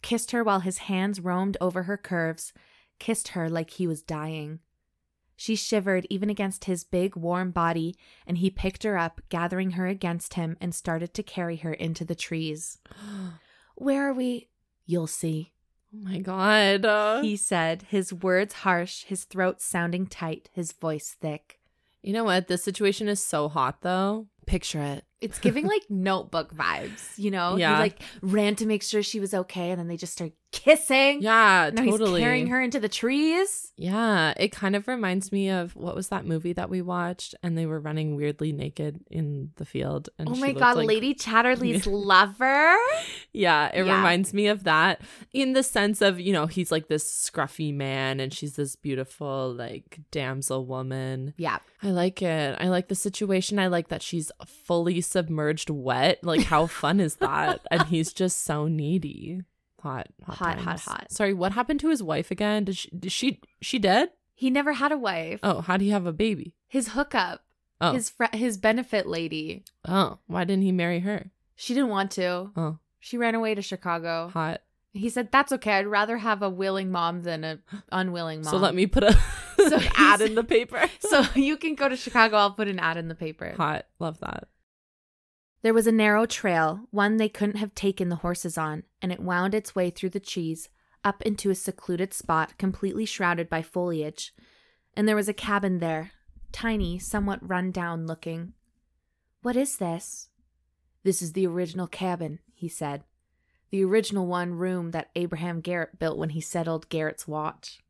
[SPEAKER 1] Kissed her while his hands roamed over her curves, kissed her like he was dying. She shivered even against his big, warm body, and he picked her up, gathering her against him, and started to carry her into the
[SPEAKER 2] *gasps*
[SPEAKER 1] trees.
[SPEAKER 2] Oh
[SPEAKER 1] Where are we? You'll see,
[SPEAKER 2] my god. Uh,
[SPEAKER 1] he said, his words harsh, his throat sounding tight, his voice thick.
[SPEAKER 2] you know what? This situation is so hot though. Picture it.
[SPEAKER 1] It's giving
[SPEAKER 2] *laughs*
[SPEAKER 1] like notebook vibes, you know?
[SPEAKER 2] Yeah.
[SPEAKER 1] He like ran to make sure she was okay and then they just start kissing.
[SPEAKER 2] Yeah,
[SPEAKER 1] Now
[SPEAKER 2] totally.
[SPEAKER 1] he's carrying her into the trees.
[SPEAKER 2] Yeah, it kind of reminds me of what was that movie that we watched and they were running weirdly naked in the field and
[SPEAKER 1] oh
[SPEAKER 2] she
[SPEAKER 1] my
[SPEAKER 2] looked
[SPEAKER 1] god,
[SPEAKER 2] like-
[SPEAKER 1] Lady
[SPEAKER 2] *laughs*
[SPEAKER 1] Chatterley's lover.
[SPEAKER 2] Yeah, it
[SPEAKER 1] Yeah.
[SPEAKER 2] reminds me of that in the sense of, you know, he's like this scruffy man and she's this beautiful like damsel woman.
[SPEAKER 1] Yeah.
[SPEAKER 2] I like it. I like the situation. I like that she's fully submerged wet. Like how fun is that?
[SPEAKER 1] *laughs*
[SPEAKER 2] and he's just so needy. Hot, hot,
[SPEAKER 1] Hot, hot,
[SPEAKER 2] times.
[SPEAKER 1] hot.
[SPEAKER 2] Sorry, what happened to his wife again? Did she, did she, she dead?
[SPEAKER 1] He never had a wife.
[SPEAKER 2] Oh, how do you have a baby?
[SPEAKER 1] His hookup,
[SPEAKER 2] Oh,
[SPEAKER 1] his fr- his benefit lady.
[SPEAKER 2] oh, why didn't he marry her?
[SPEAKER 1] She didn't want to.
[SPEAKER 2] Oh,
[SPEAKER 1] She ran away to Chicago.
[SPEAKER 2] hot.
[SPEAKER 1] He said, "That's okay. I'd rather have a willing mom than
[SPEAKER 2] *gasps*
[SPEAKER 1] a unwilling mom."
[SPEAKER 2] So let me put a
[SPEAKER 1] So
[SPEAKER 2] an *laughs* ad
[SPEAKER 1] he's-
[SPEAKER 2] in the paper.
[SPEAKER 1] *laughs* so you can go to Chicago. I'll put an ad in the paper.
[SPEAKER 2] *laughs* hot, love that.
[SPEAKER 1] There was a narrow trail, one they couldn't have taken the horses on, and it wound its way through the trees up into a secluded spot completely shrouded by foliage. And there was a cabin there, tiny, somewhat run down looking. What is this? This is the original cabin, he said. The original one room that Abraham Garrett built when he settled Garrett's watch.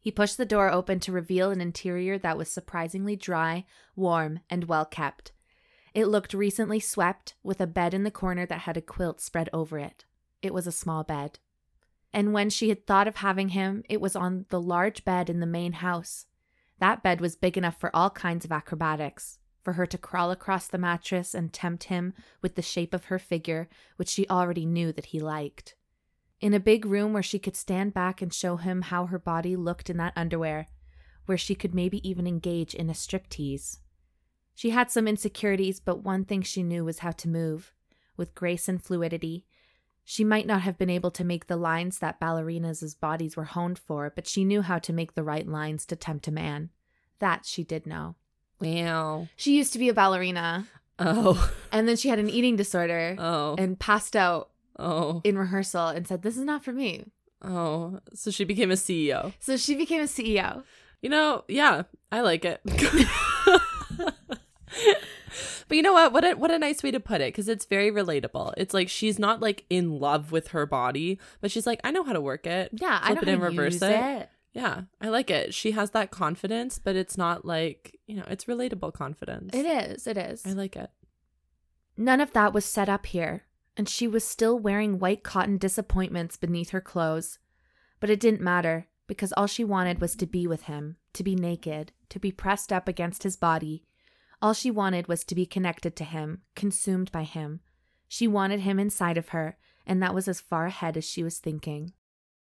[SPEAKER 1] He pushed the door open to reveal an interior that was surprisingly dry, warm, and well kept. It looked recently swept, with a bed in the corner that had a quilt spread over it. It was a small bed. And when she had thought of having him, it was on the large bed in the main house. That bed was big enough for all kinds of acrobatics, for her to crawl across the mattress and tempt him with the shape of her figure, which she already knew that he liked. In a big room where she could stand back and show him how her body looked in that underwear, where she could maybe even engage in a striptease. She had some insecurities, but one thing she knew was how to move with grace and fluidity. She might not have been able to make the lines that ballerinas' bodies were honed for, but she knew how to make the right lines to tempt a man. That she did know.
[SPEAKER 2] Wow.
[SPEAKER 1] She used to be a ballerina, *laughs*
[SPEAKER 2] Oh.
[SPEAKER 1] and then she had an eating disorder
[SPEAKER 2] Oh.
[SPEAKER 1] and passed out
[SPEAKER 2] oh.
[SPEAKER 1] in rehearsal and said, This is not for me.
[SPEAKER 2] oh. So she became a E CEO.
[SPEAKER 1] So she became a E CEO.
[SPEAKER 2] You know, yeah, I like it. but you know what? What a what a nice way to put it because it's very relatable. It's like she's not like in love with her body, but she's like, I know how to work it.
[SPEAKER 1] Yeah, I
[SPEAKER 2] Flip
[SPEAKER 1] don't
[SPEAKER 2] it and reverse
[SPEAKER 1] use
[SPEAKER 2] it. Yeah, I like it. She has that confidence, but it's not like you know, it's relatable confidence.
[SPEAKER 1] It is, it is.
[SPEAKER 2] I like it.
[SPEAKER 1] None of that was set up here, and she was still wearing white cotton disappointments beneath her clothes. But it didn't matter, because all she wanted was to be with him, to be naked, to be pressed up against his body. All she wanted was to be connected to him, consumed by him. She wanted him inside of her, and that was as far ahead as she was thinking.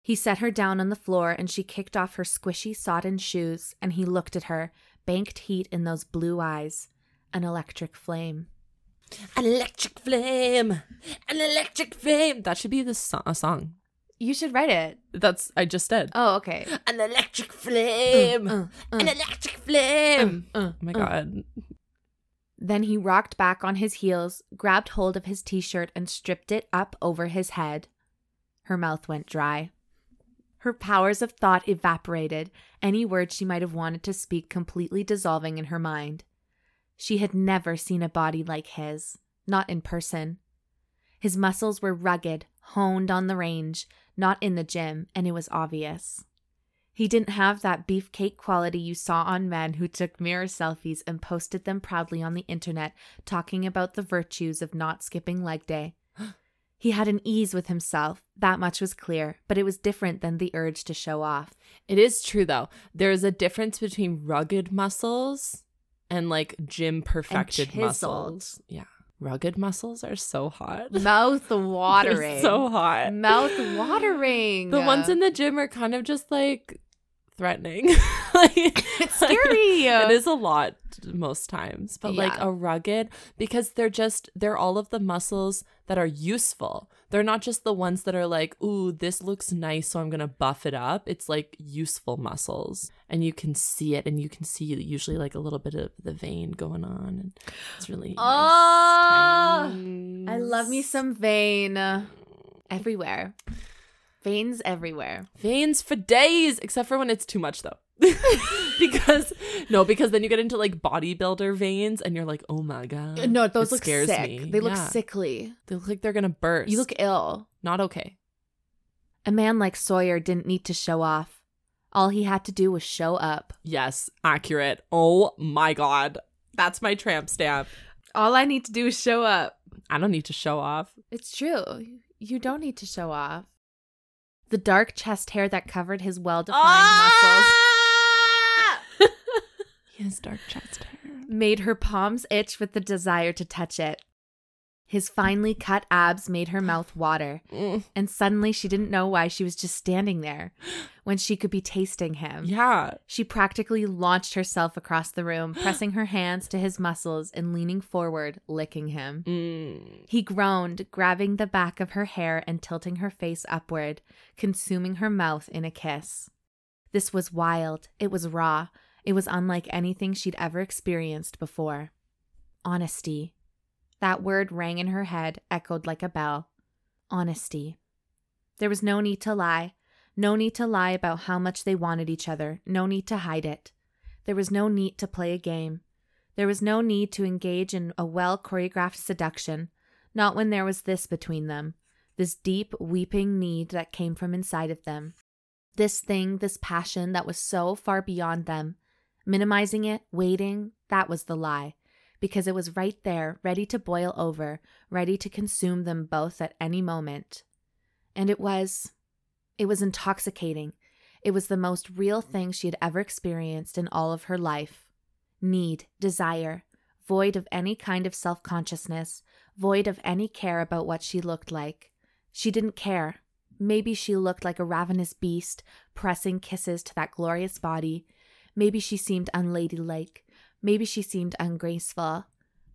[SPEAKER 1] He set her down on the floor, and she kicked off her squishy sodden shoes, and he looked at her, banked heat in those blue eyes, an electric flame.
[SPEAKER 2] An electric flame, an electric flame. That should be the so- a song.
[SPEAKER 1] You should write it.
[SPEAKER 2] That's I just did.
[SPEAKER 1] Oh, okay.
[SPEAKER 2] An electric flame,
[SPEAKER 1] Uh, uh,
[SPEAKER 2] an electric flame.
[SPEAKER 1] uh,
[SPEAKER 2] oh my
[SPEAKER 1] uh.
[SPEAKER 2] god.
[SPEAKER 1] Then he rocked back on his heels, grabbed hold of his t shirt, and stripped it up over his head. Her mouth went dry. Her powers of thought evaporated, any word she might have wanted to speak completely dissolving in her mind. She had never seen a body like his, not in person. His muscles were rugged, honed on the range, not in the gym, and it was obvious. He didn't have that beefcake quality you saw on men who took mirror selfies and posted them proudly on the internet, talking about the virtues of not skipping leg *gasps* day. He had an ease with himself, that much was clear, but it was different than the urge to show *laughs* off.
[SPEAKER 2] It is true though. There is a difference between rugged muscles and like gym perfected
[SPEAKER 1] chiseled.
[SPEAKER 2] muscles. Yeah. Rugged muscles are so hot.
[SPEAKER 1] Mouth
[SPEAKER 2] *laughs* They're so hot.
[SPEAKER 1] Mouth watering.
[SPEAKER 2] The ones in the gym are kind of just like threatening. *laughs* like,
[SPEAKER 1] It's scary. *laughs*
[SPEAKER 2] it is a lot most times, but like
[SPEAKER 1] Yeah.
[SPEAKER 2] a rugged because they're just they're all of the muscles that are useful. They're not just the ones that are like, "Ooh, this looks nice, so I'm going to buff it up." It's like useful muscles, and you can see it and you can see usually like a little bit of the vein going on and it's really
[SPEAKER 1] Oh,
[SPEAKER 2] nice
[SPEAKER 1] I love me
[SPEAKER 2] times.
[SPEAKER 1] some vein. Everywhere. Veins everywhere.
[SPEAKER 2] veins for days except for when it's too much though. *laughs* because no, because then you get into like bodybuilder veins, and you're like, oh my god,
[SPEAKER 1] No, those
[SPEAKER 2] It
[SPEAKER 1] look
[SPEAKER 2] scares
[SPEAKER 1] sick.
[SPEAKER 2] me.
[SPEAKER 1] They look
[SPEAKER 2] Yeah.
[SPEAKER 1] sickly.
[SPEAKER 2] they look like they're gonna burst.
[SPEAKER 1] You look ill.
[SPEAKER 2] not okay.
[SPEAKER 1] A man like Sawyer didn't need to show off. All he had to do was show up.
[SPEAKER 2] Yes, accurate. Oh my god, that's my tramp stamp.
[SPEAKER 1] All I need to do is show up.
[SPEAKER 2] I don't need to show off.
[SPEAKER 1] It's true. You don't need to show off. The dark chest hair that covered his well defined Ah! *laughs*
[SPEAKER 2] He has dark chest hair.
[SPEAKER 1] muscles made her palms itch with the desire to touch it. His finely cut abs made her mouth water, and suddenly she didn't know why she was just standing there when she could be tasting him.
[SPEAKER 2] *laughs* Yeah.
[SPEAKER 1] She practically launched herself across the room, pressing her hands to his muscles and leaning forward, licking him.
[SPEAKER 2] Mm.
[SPEAKER 1] He groaned, grabbing the back of her hair and tilting her face upward, consuming her mouth in a kiss. This was wild. It was raw. It was unlike anything she'd ever experienced before. Honesty. That word rang in her head, echoed like a bell. Honesty. There was no need to lie. No need to lie about how much they wanted each other. No need to hide it. There was no need to play a game. There was no need to engage in a well choreographed seduction. Not when there was this between them this deep, weeping need that came from inside of them. This thing, this passion that was so far beyond them. Minimizing it, waiting, that was the lie, because it was right there, ready to boil over, ready to consume them both at any moment. And it was. It was intoxicating. It was the most real thing she had ever experienced in all of her life. Need, desire, void of any kind of self consciousness, void of any care about what she looked like. She didn't care. Maybe she looked like a ravenous beast, pressing kisses to that glorious body. Maybe she seemed unladylike. Maybe she seemed ungraceful.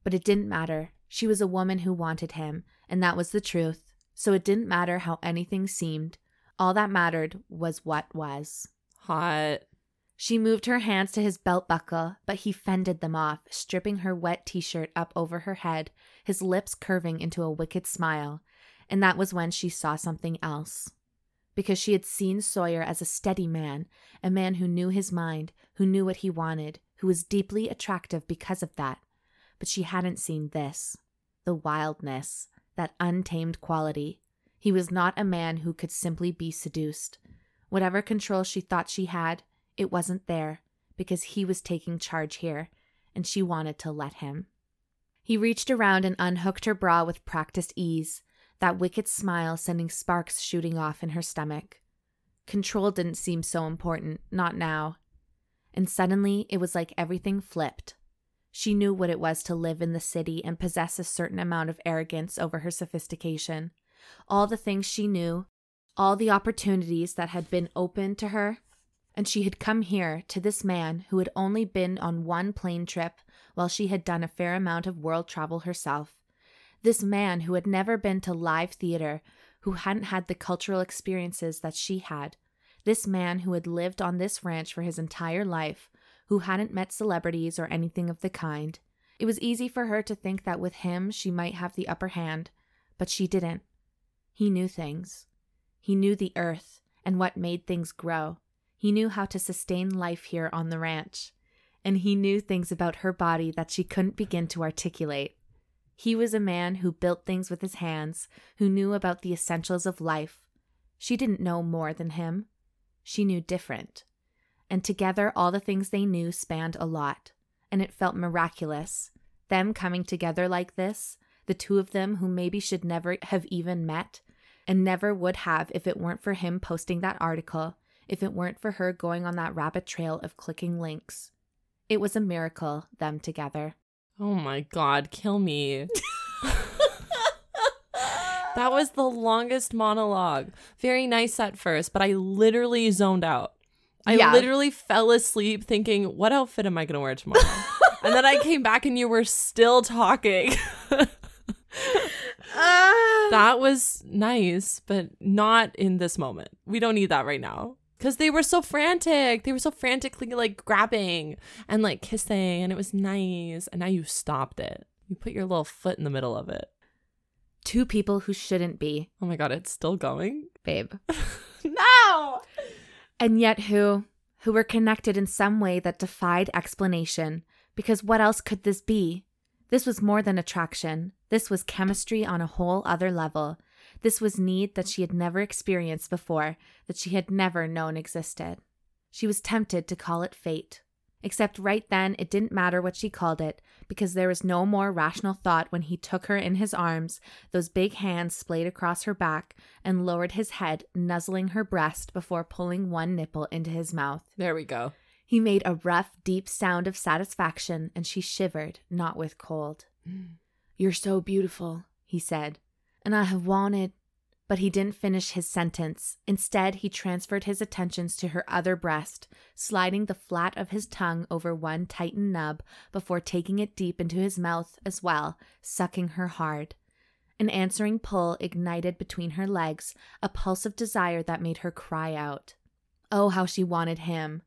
[SPEAKER 1] But it didn't matter. She was a woman who wanted him, and that was the truth. So it didn't matter how anything seemed. All that mattered was what was.
[SPEAKER 2] Hot.
[SPEAKER 1] She moved her hands to his belt buckle, but he fended them off, stripping her wet t shirt up over her head, his lips curving into a wicked smile. And that was when she saw something else. Because she had seen Sawyer as a steady man, a man who knew his mind, who knew what he wanted, who was deeply attractive because of that. But she hadn't seen this the wildness, that untamed quality. He was not a man who could simply be seduced. Whatever control she thought she had, it wasn't there because he was taking charge here and she wanted to let him. He reached around and unhooked her bra with practiced ease, that wicked smile sending sparks shooting off in her stomach. Control didn't seem so important, not now. And suddenly it was like everything flipped. She knew what it was to live in the city and possess a certain amount of arrogance over her sophistication. All the things she knew, all the opportunities that had been open to her, and she had come here to this man who had only been on one plane trip while she had done a fair amount of world travel herself. This man who had never been to live theater, who hadn't had the cultural experiences that she had. This man who had lived on this ranch for his entire life, who hadn't met celebrities or anything of the kind. It was easy for her to think that with him she might have the upper hand, but she didn't. He knew things. He knew the earth and what made things grow. He knew how to sustain life here on the ranch. And he knew things about her body that she couldn't begin to articulate. He was a man who built things with his hands, who knew about the essentials of life. She didn't know more than him. She knew different. And together, all the things they knew spanned a lot. And it felt miraculous. Them coming together like this, the two of them who maybe should never have even met, and never would have if it weren't for him posting that article, if it weren't for her going on that rabbit trail of clicking links. It was a miracle, them together.
[SPEAKER 2] Oh my god, kill me. that was the longest monologue. Very nice at first, but I literally zoned out. I
[SPEAKER 1] Yeah.
[SPEAKER 2] literally fell asleep thinking, what outfit am I going to wear tomorrow? and then I came back and you were still talking. that was nice, but not in this moment. We don't need that right now. Because they were so frantic. They were so frantically like grabbing and like kissing, and it was nice. And now you stopped it. You put your little foot in the middle of it.
[SPEAKER 1] Two people who shouldn't be,
[SPEAKER 2] Oh my God, it's still going?
[SPEAKER 1] babe.
[SPEAKER 2] *laughs* No!
[SPEAKER 1] And yet, who, who were connected in some way that defied explanation, because what else could this be? This was more than attraction. This was chemistry on a whole other level. This was need that she had never experienced before, that she had never known existed. She was tempted to call it fate. Except right then, it didn't matter what she called it, because there was no more rational thought when he took her in his arms, those big hands splayed across her back, and lowered his head, nuzzling her breast before pulling one nipple into his mouth.
[SPEAKER 2] There we go.
[SPEAKER 1] He made a rough, deep sound of satisfaction, and she shivered, not with cold. You're so beautiful, he said, and I have wanted. But he didn't finish his sentence. Instead, he transferred his attentions to her other breast, sliding the flat of his tongue over one tightened nub before taking it deep into his mouth as well, sucking her hard. An answering pull ignited between her legs, a pulse of desire that made her cry out. Oh, how she wanted him!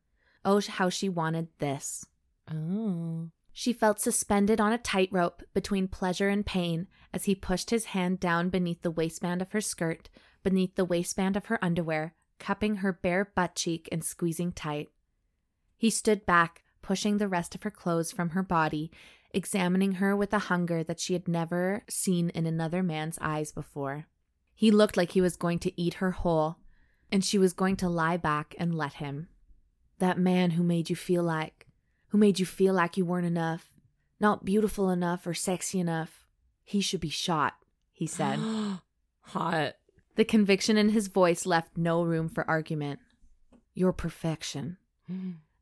[SPEAKER 1] Oh, how she wanted this!
[SPEAKER 2] Oh.
[SPEAKER 1] She felt suspended on a tightrope between pleasure and pain as he pushed his hand down beneath the waistband of her skirt, beneath the waistband of her underwear, cupping her bare butt cheek and squeezing tight. He stood back, pushing the rest of her clothes from her body, examining her with a hunger that she had never seen in another man's eyes before. He looked like he was going to eat her whole, and she was going to lie back and let him. That man who made you feel like who made you feel like you weren't enough, not beautiful enough or sexy enough. He should be shot, he
[SPEAKER 2] *gasps*
[SPEAKER 1] said. *gasps*
[SPEAKER 2] Hot.
[SPEAKER 1] the conviction in his voice left no room for argument. Your perfection,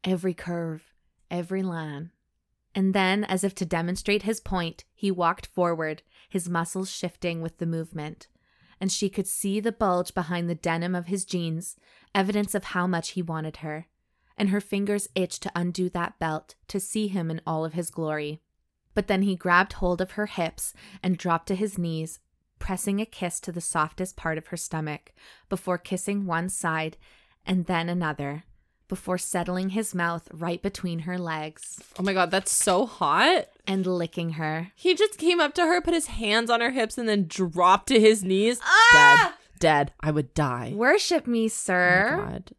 [SPEAKER 1] every curve, every line. And then, as if to demonstrate his point, he walked forward, his muscles shifting with the movement. And she could see the bulge behind the denim of his jeans, evidence of how much he wanted her and her fingers itched to undo that belt to see him in all of his glory. But then he grabbed hold of her hips and dropped to his knees, pressing a kiss to the softest part of her stomach, before kissing one side and then another, before settling his mouth right between her legs
[SPEAKER 2] Oh my god, that's so hot.
[SPEAKER 1] and licking her.
[SPEAKER 2] He just came up to her, put his hands on her hips, and then dropped to his knees.
[SPEAKER 1] Ah!
[SPEAKER 2] Dead. Dead. I would die.
[SPEAKER 1] Worship me,
[SPEAKER 2] Oh
[SPEAKER 1] sir.
[SPEAKER 2] my God.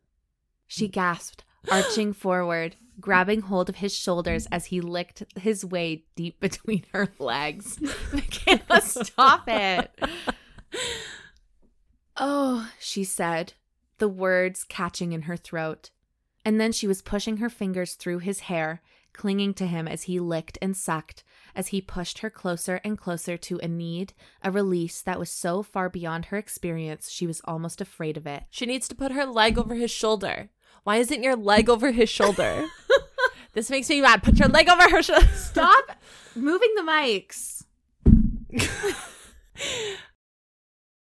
[SPEAKER 1] she gasped, arching forward, grabbing hold of his shoulders as he licked his way deep *laughs* between her legs. Michaela, stop it. Oh, she said, the words catching in her throat. And then she was pushing her fingers through his hair, clinging to him as he licked and sucked, as he pushed her closer and closer to a need, a release that was so far beyond her experience she was almost afraid of it.
[SPEAKER 2] She needs to put her leg over his shoulder. Why isn't your leg over his *laughs* shoulder? this makes me mad. Put your leg over her *laughs* shoulder.
[SPEAKER 1] Stop moving the mics. *laughs*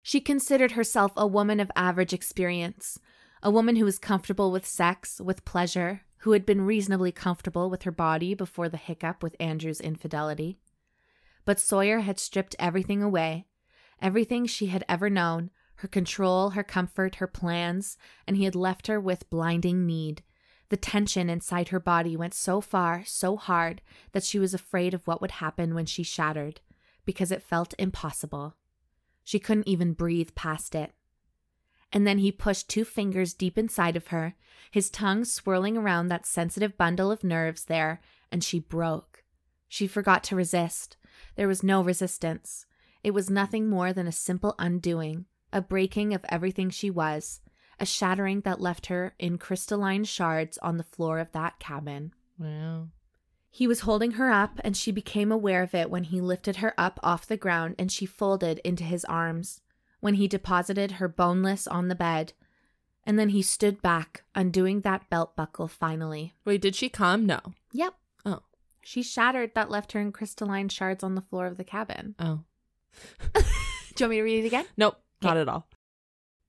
[SPEAKER 1] she considered herself a woman of average experience, a woman who was comfortable with sex, with pleasure, who had been reasonably comfortable with her body before the hiccup with Andrew's infidelity. But Sawyer had stripped everything away, everything she had ever known her control, her comfort, her plans, and he had left her with blinding need. The tension inside her body went so far, so hard, that she was afraid of what would happen when she shattered, because it felt impossible. She couldn't even breathe past it. And then he pushed two fingers deep inside of her, his tongue swirling around that sensitive bundle of nerves there, and she broke. She forgot to resist. There was no resistance. It was nothing more than a simple undoing, a breaking of everything she was, a shattering that left her in crystalline shards on the floor of that cabin.
[SPEAKER 2] Wow.
[SPEAKER 1] He was holding her up, and she became aware of it when he lifted her up off the ground and she folded into his arms, when he deposited her boneless on the bed. And then he stood back, undoing that belt buckle finally.
[SPEAKER 2] Wait, did she come? No.
[SPEAKER 1] Yep.
[SPEAKER 2] Oh.
[SPEAKER 1] She shattered that left her in crystalline shards on the floor of the cabin.
[SPEAKER 2] Oh.
[SPEAKER 1] Do you want me to read it again?
[SPEAKER 2] Nope. Not at all.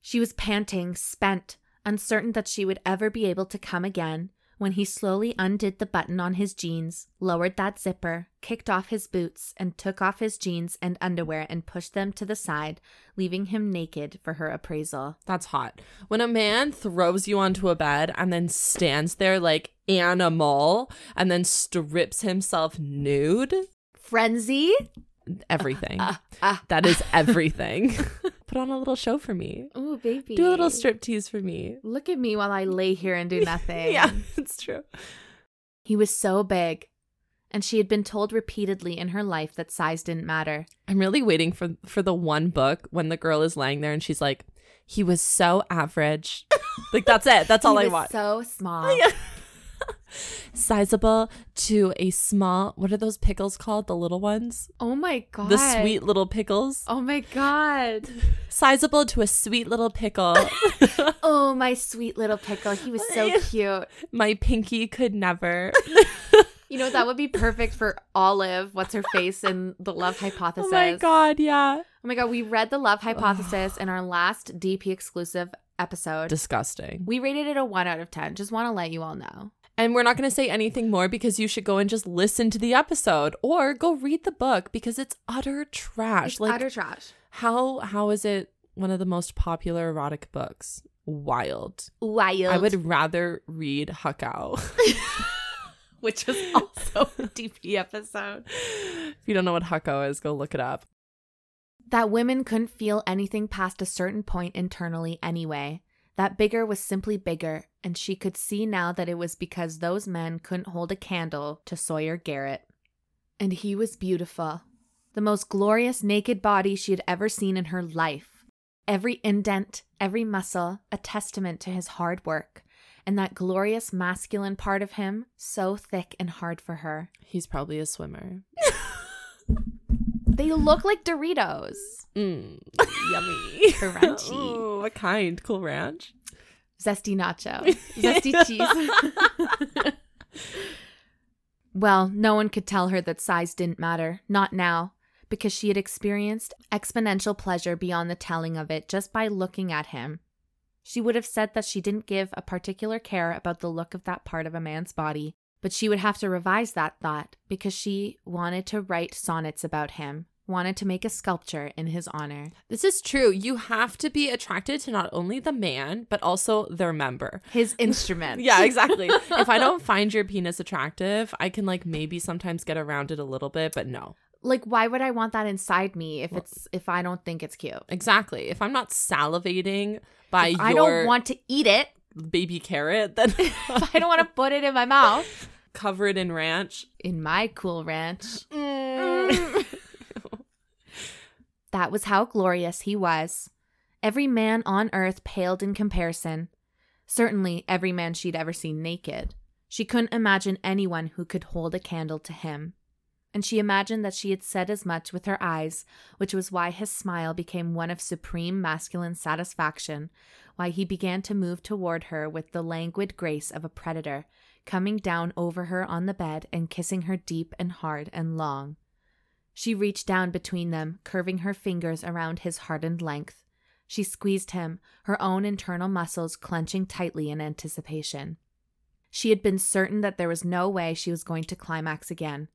[SPEAKER 1] She was panting, spent, uncertain that she would ever be able to come again, when he slowly undid the button on his jeans, lowered that zipper, kicked off his boots, and took off his jeans and underwear and pushed them to the side, leaving him naked for her appraisal.
[SPEAKER 2] That's hot. When a man throws you onto a bed and then stands there like animal and then strips himself nude,
[SPEAKER 1] Frenzy?
[SPEAKER 2] *laughs* everything. *laughs*
[SPEAKER 1] Ah.
[SPEAKER 2] That is everything. Put put on a little show for me.
[SPEAKER 1] Ooh, baby.
[SPEAKER 2] Do a little strip tease for me.
[SPEAKER 1] Look at me while I lay here and do nothing.
[SPEAKER 2] *laughs* yeah, it's true.
[SPEAKER 1] He was so big. And she had been told repeatedly in her life that size didn't matter.
[SPEAKER 2] I'm really waiting for for the one book when the girl is laying there and she's like, "He was so
[SPEAKER 1] *laughs*
[SPEAKER 2] average." like that's it. That's all
[SPEAKER 1] he
[SPEAKER 2] I
[SPEAKER 1] was
[SPEAKER 2] want.
[SPEAKER 1] So small.
[SPEAKER 2] *laughs* Yeah. Sizable to a small. What are those pickles called? The little ones.
[SPEAKER 1] Oh my god.
[SPEAKER 2] The sweet little pickles.
[SPEAKER 1] Oh my god.
[SPEAKER 2] Sizable to a sweet
[SPEAKER 1] *laughs*
[SPEAKER 2] little pickle.
[SPEAKER 1] Oh my sweet little pickle. He was so
[SPEAKER 2] Yeah.
[SPEAKER 1] cute.
[SPEAKER 2] My pinky
[SPEAKER 1] *laughs*
[SPEAKER 2] could never.
[SPEAKER 1] You know that would be perfect for Olive. What's her face in the Love Hypothesis?
[SPEAKER 2] oh my god. Yeah.
[SPEAKER 1] Oh my god. We read the Love Hypothesis in our last DP exclusive episode.
[SPEAKER 2] Disgusting.
[SPEAKER 1] we rated it a one out of ten. Just want to let you all know.
[SPEAKER 2] And we're not going to say anything more because you should go and just listen to the episode or go read the book because it's utter trash.
[SPEAKER 1] It's utter trash.
[SPEAKER 2] How how is it one of the most popular erotic books? Wild.
[SPEAKER 1] Wild. *laughs*
[SPEAKER 2] I would *laughs* rather read Hakao.
[SPEAKER 1] which was also a DP episode.
[SPEAKER 2] *laughs* if you don't know what Hakao is, go look it up.
[SPEAKER 1] That women couldn't feel anything past a certain point internally anyway. That bigger was simply bigger, and she could see now that it was because those men couldn't hold a candle to Sawyer Garrett. And he was beautiful. The most glorious naked body she had ever seen in her life. Every indent, every muscle, a testament to his hard work. And that glorious masculine part of him, so thick and hard for her.
[SPEAKER 2] He's probably a swimmer.
[SPEAKER 1] They look like Doritos.
[SPEAKER 2] *laughs* Mm, yummy.
[SPEAKER 1] Crunchy.
[SPEAKER 2] Ooh, what kind? Cool ranch?
[SPEAKER 1] zesty
[SPEAKER 2] *laughs*
[SPEAKER 1] nacho, zesty cheese. well, no one could tell her that size didn't matter, not now, because she had experienced exponential pleasure beyond the telling of it just by looking at him. She would have said that she didn't give a particular care about the look of that part of a man's body, but she would have to revise that thought because she wanted to write sonnets about him, wanted to make a sculpture in his honor,
[SPEAKER 2] This is true. You have to be attracted to not only the man, but also their member. *laughs*
[SPEAKER 1] his instrument.
[SPEAKER 2] Yeah, *laughs* exactly. if I don't find your penis attractive, I can like maybe sometimes get around it a little bit, but no.
[SPEAKER 1] like why would i want that inside me if
[SPEAKER 2] Well-
[SPEAKER 1] it's if i don't think it's cute
[SPEAKER 2] Exactly. If I'm not salivating by your
[SPEAKER 1] i don't want to eat it *laughs*
[SPEAKER 2] baby carrot, then
[SPEAKER 1] if
[SPEAKER 2] *laughs*
[SPEAKER 1] i don't want to put it in my mouth
[SPEAKER 2] cover it in ranch.
[SPEAKER 1] in my cool ranch Mm. *laughs* that was how glorious he was every man on earth paled in comparison certainly every man she'd ever seen naked she couldn't imagine anyone who could hold a candle to him and she imagined that she had said as much with her eyes which was why his smile became one of supreme masculine satisfaction, why he began to move toward her with the languid grace of a predator, coming down over her on the bed and kissing her deep and hard and long. She reached down between them, curving her fingers around his hardened length. She squeezed him, her own internal muscles clenching tightly in anticipation. She had been certain that there was no way she was going to climax again.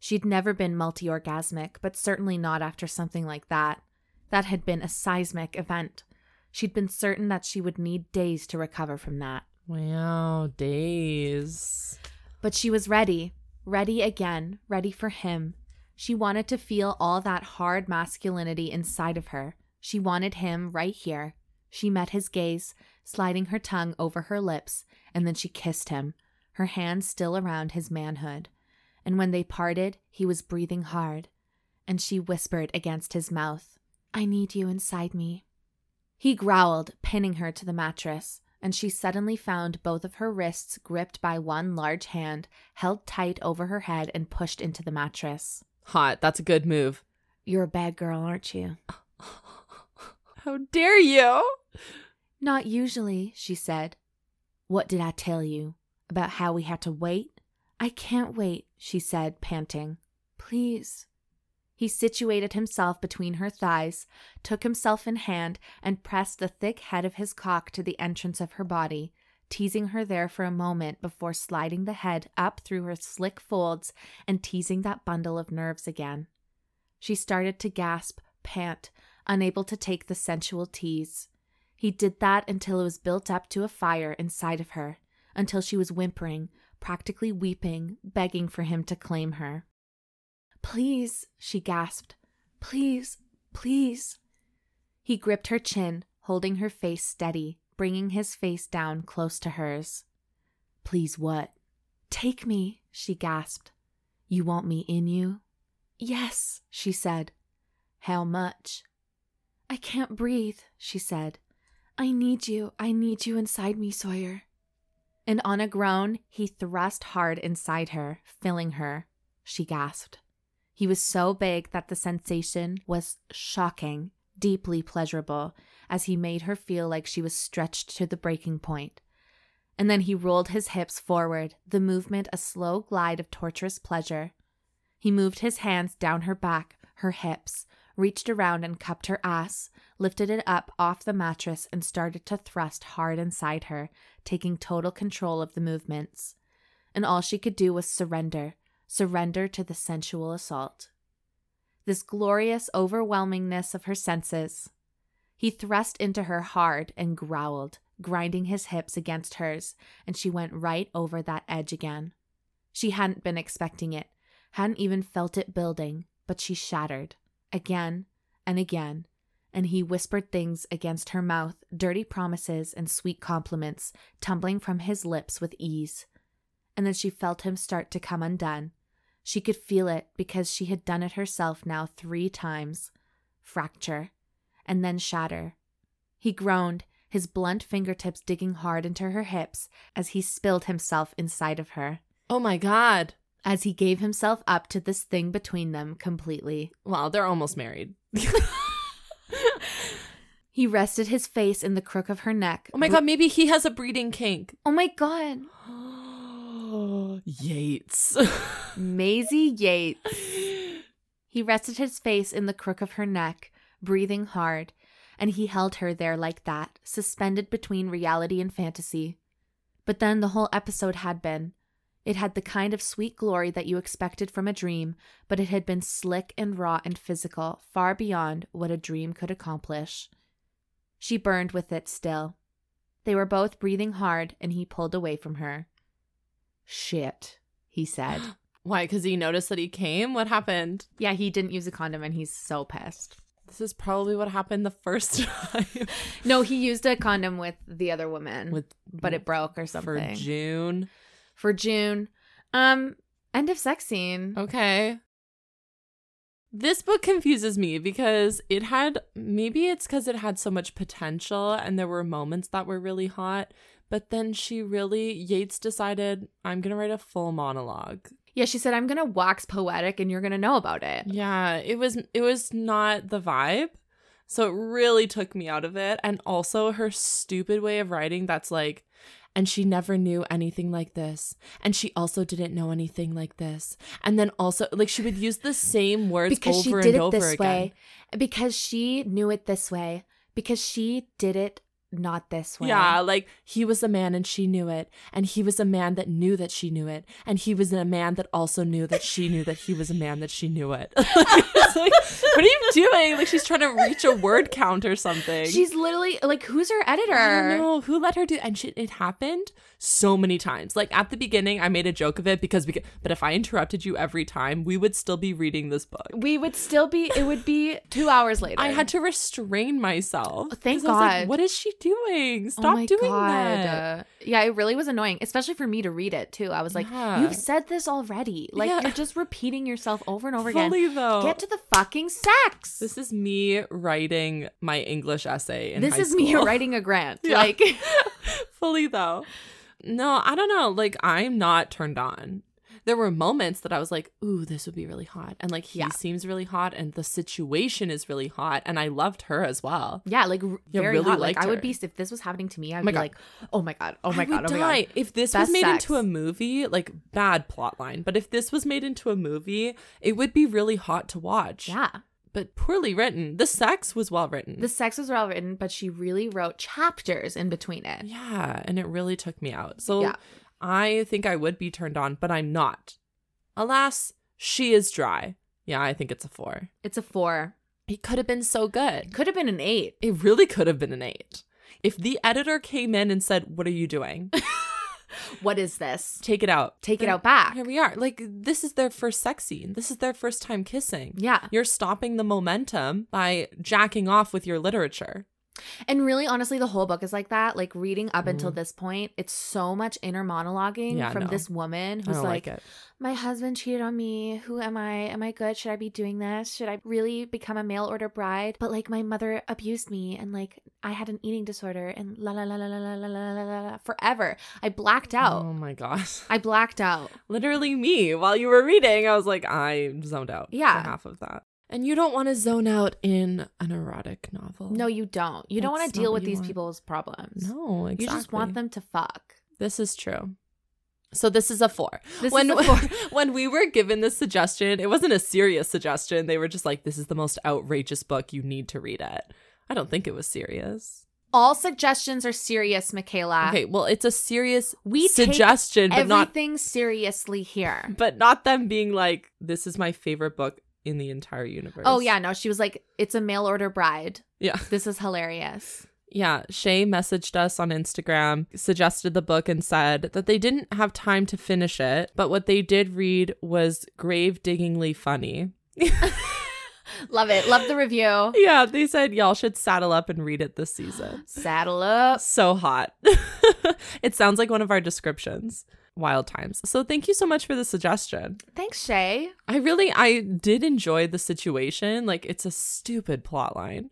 [SPEAKER 1] She'd never been multi orgasmic, but certainly not after something like that. That had been a seismic event. She'd been certain that she would need days to recover from that.
[SPEAKER 2] *laughs* Wow, days.
[SPEAKER 1] But she was ready, ready again, ready for him. She wanted to feel all that hard masculinity inside of her. She wanted him right here. She met his gaze, sliding her tongue over her lips, and then she kissed him, her hands still around his manhood. And when they parted, he was breathing hard, and she whispered against his mouth, I need you inside me. He growled, pinning her to the mattress, and she suddenly found both of her wrists gripped by one large hand, held tight over her head, and pushed into the mattress.
[SPEAKER 2] Hot. That's a good move.
[SPEAKER 1] You're a bad girl, aren't you?
[SPEAKER 2] How dare you?
[SPEAKER 1] Not usually, she said. What did I tell you? About how we had to wait? I can't wait, she said, panting. Please. He situated himself between her thighs, took himself in hand, and pressed the thick head of his cock to the entrance of her body, teasing her there for a moment before sliding the head up through her slick folds and teasing that bundle of nerves again. She started to gasp, pant, unable to take the sensual tease. He did that until it was built up to a fire inside of her, until she was whimpering, practically weeping, begging for him to claim her. Please, she gasped. Please, please. He gripped her chin, holding her face steady, bringing his face down close to hers. Please, what? Take me, she gasped. You want me in you? Yes, she said. How much? I can't breathe, she said. I need you. I need you inside me, Sawyer. And on a groan, he thrust hard inside her, filling her. She gasped. He was so big that the sensation was shocking, deeply pleasurable, as he made her feel like she was stretched to the breaking point. And then he rolled his hips forward, the movement a slow glide of torturous pleasure. He moved his hands down her back, her hips, reached around and cupped her ass, lifted it up off the mattress, and started to thrust hard inside her, taking total control of the movements. And all she could do was surrender, surrender to the sensual assault. This glorious overwhelmingness of her senses. He thrust into her hard and growled, grinding his hips against hers, and she went right over that edge again. She hadn't been expecting it, hadn't even felt it building, but she shattered again and again, and he whispered things against her mouth, dirty promises and sweet compliments tumbling from his lips with ease. And then she felt him start to come undone. She could feel it because she had done it herself now three times fracture, and then shatter. He groaned, his blunt fingertips digging hard into her hips as he spilled himself inside of her,
[SPEAKER 2] Oh my God.
[SPEAKER 1] as he gave himself up to this thing between them completely.
[SPEAKER 2] Well, they're
[SPEAKER 1] *laughs*
[SPEAKER 2] almost married.
[SPEAKER 1] He rested his face in the crook of her neck.
[SPEAKER 2] Oh my God. Maybe he has a breeding kink. *gasps*
[SPEAKER 1] Oh my god.
[SPEAKER 2] Yates. *laughs*
[SPEAKER 1] Maisie Yates. He rested his face in the crook of her neck, breathing hard, and he held her there like that, suspended between reality and fantasy. But then the whole episode had been. It had the kind of sweet glory that you expected from a dream, but it had been slick and raw and physical, far beyond what a dream could accomplish. She burned with it still. They were both breathing hard, and he pulled away from her. Shit, he said.
[SPEAKER 2] Why? Because he noticed that he came? What happened?
[SPEAKER 1] *gasps* Yeah, he didn't use a condom and he's so pissed.
[SPEAKER 2] This is probably what happened the first *laughs* time.
[SPEAKER 1] No, he used a condom with the other woman, but it broke or something.
[SPEAKER 2] for June.
[SPEAKER 1] For June. Um, end of sex scene.
[SPEAKER 2] Oh. Okay. This book confuses me because it had maybe it's because it had so much potential and there were moments that were really hot, but then she really, Yates decided, I'm going to write a full monologue.
[SPEAKER 1] Yeah, she said, I'm going to wax poetic and you're going to know about it.
[SPEAKER 2] Yeah, it was it was not the vibe. So it really took me out of it and also her stupid way of writing that's like and she never knew anything like this and she also didn't know anything like this and then also like she would use the same words
[SPEAKER 1] because she
[SPEAKER 2] over
[SPEAKER 1] did
[SPEAKER 2] and
[SPEAKER 1] it
[SPEAKER 2] over
[SPEAKER 1] this
[SPEAKER 2] again.
[SPEAKER 1] way. Because she knew it this way. Because she did it not this way.
[SPEAKER 2] Yeah, like he was a man and she knew it and he was a man that knew that she knew it and he was a man that also knew that she knew that he was a man that she knew it. *laughs* It's like, what are you doing? Like she's trying to reach a word count or something.
[SPEAKER 1] She's literally like, who's her
[SPEAKER 2] I don't
[SPEAKER 1] editor?
[SPEAKER 2] know who let her do, and she, it happened so many times. Like at the beginning, I made a joke of it because we. Could, but if I interrupted you every time, we would still be reading this book.
[SPEAKER 1] We would still be, it would be two hours later.
[SPEAKER 2] I had to restrain myself.
[SPEAKER 1] Oh, thank
[SPEAKER 2] 'cause I was like,
[SPEAKER 1] God. Oh
[SPEAKER 2] what is she doing? Stop doing that.
[SPEAKER 1] Uh, yeah, it really was annoying, especially for me to read it too. I was like,
[SPEAKER 2] Yeah.
[SPEAKER 1] you've said this already. Like,
[SPEAKER 2] Yeah.
[SPEAKER 1] you're just repeating yourself over and over again.
[SPEAKER 2] Fully though.
[SPEAKER 1] Get to the fucking sex. This,
[SPEAKER 2] This is me writing my English essay. In high
[SPEAKER 1] is me
[SPEAKER 2] school.
[SPEAKER 1] writing a grant.
[SPEAKER 2] *laughs* Yeah.
[SPEAKER 1] Like,
[SPEAKER 2] fully though. No, I don't know. Like I'm not turned on. There were moments that I was like, "Ooh, this would be really hot," and like he
[SPEAKER 1] Yeah.
[SPEAKER 2] seems really hot, and the situation is really hot, and I loved her as well.
[SPEAKER 1] yeah, like r-
[SPEAKER 2] You
[SPEAKER 1] very
[SPEAKER 2] really
[SPEAKER 1] hot. Like,
[SPEAKER 2] liked
[SPEAKER 1] I would
[SPEAKER 2] her.
[SPEAKER 1] be if this was happening to me. I'd
[SPEAKER 2] my
[SPEAKER 1] be
[SPEAKER 2] God.
[SPEAKER 1] like, oh my god, oh
[SPEAKER 2] I
[SPEAKER 1] my god,
[SPEAKER 2] would
[SPEAKER 1] oh my
[SPEAKER 2] die.
[SPEAKER 1] god.
[SPEAKER 2] If this was
[SPEAKER 1] Best
[SPEAKER 2] made
[SPEAKER 1] sex.
[SPEAKER 2] into a movie, like bad plot line, but if this was made into a movie, it would be really hot to watch.
[SPEAKER 1] Yeah,
[SPEAKER 2] But poorly written. The sex was well written.
[SPEAKER 1] the sex was well written, but she really wrote chapters in between it.
[SPEAKER 2] Yeah, and it really took me out. So
[SPEAKER 1] Yeah.
[SPEAKER 2] I think I would be turned on, but I'm not. Alas, she is dry. Yeah, I think it's a four.
[SPEAKER 1] It's a four.
[SPEAKER 2] It could have been so good.
[SPEAKER 1] Could have been an eight.
[SPEAKER 2] *laughs* It really could have been an eight. If the editor came in and said, What are you doing?
[SPEAKER 1] What is this?
[SPEAKER 2] Take it out.
[SPEAKER 1] Take it
[SPEAKER 2] Then
[SPEAKER 1] out back.
[SPEAKER 2] Here we are. Like this is their first sex scene. This is their first time kissing.
[SPEAKER 1] Yeah.
[SPEAKER 2] You're stopping the momentum by jacking off with your literature.
[SPEAKER 1] And really, honestly, the whole book is like that. Like reading up until
[SPEAKER 2] Mhm.
[SPEAKER 1] this point, it's so much inner monologuing
[SPEAKER 2] Yeah,
[SPEAKER 1] from
[SPEAKER 2] no.
[SPEAKER 1] this woman
[SPEAKER 2] I
[SPEAKER 1] who's
[SPEAKER 2] don't
[SPEAKER 1] like,
[SPEAKER 2] like, it.
[SPEAKER 1] My husband cheated on me. Who am I? Am I good? Should I be doing this? Should I really become a mail order bride? But like my mother abused me and like I had an eating disorder and la la la la la la la la la la la forever. I blacked out.
[SPEAKER 2] Oh my gosh.
[SPEAKER 1] I blacked out.
[SPEAKER 2] Literally me. While you were reading, I was like, I zoned out. for
[SPEAKER 1] Yeah.
[SPEAKER 2] half of that. And you don't want to zone out in an erotic novel.
[SPEAKER 1] No, you don't. You don't
[SPEAKER 2] Oh, That's
[SPEAKER 1] want to
[SPEAKER 2] not
[SPEAKER 1] deal
[SPEAKER 2] what
[SPEAKER 1] with
[SPEAKER 2] you
[SPEAKER 1] these
[SPEAKER 2] want.
[SPEAKER 1] people's problems.
[SPEAKER 2] No, exactly.
[SPEAKER 1] You just want them to fuck.
[SPEAKER 2] This is true. So this is a four.
[SPEAKER 1] This
[SPEAKER 2] when
[SPEAKER 1] is a four-
[SPEAKER 2] *laughs* when we were given this suggestion, it wasn't a serious suggestion. They were just like, "This is the most outrageous book. You need to read it." I don't think it was serious.
[SPEAKER 1] All suggestions are serious, Michaela.
[SPEAKER 2] okay, well, it's a serious
[SPEAKER 1] We take
[SPEAKER 2] suggestion, but not
[SPEAKER 1] Everything seriously here.
[SPEAKER 2] but not them being like, "This is my favorite book in the entire universe."
[SPEAKER 1] Oh yeah, no, she was like, it's a mail order bride.
[SPEAKER 2] yeah,
[SPEAKER 1] This is hilarious.
[SPEAKER 2] yeah. Shay messaged us on Instagram, suggested the book, and said that they didn't have time to finish it, but what they did read was grave diggingly funny.
[SPEAKER 1] Love it. Love the review.
[SPEAKER 2] Yeah, they said y'all should saddle up and read it this season.
[SPEAKER 1] Saddle up.
[SPEAKER 2] So hot. *laughs* it sounds like one of our descriptions. Wild times. So thank you so much for the suggestion.
[SPEAKER 1] Thanks, Shay.
[SPEAKER 2] I really I did enjoy the situation. Like it's a stupid plot line.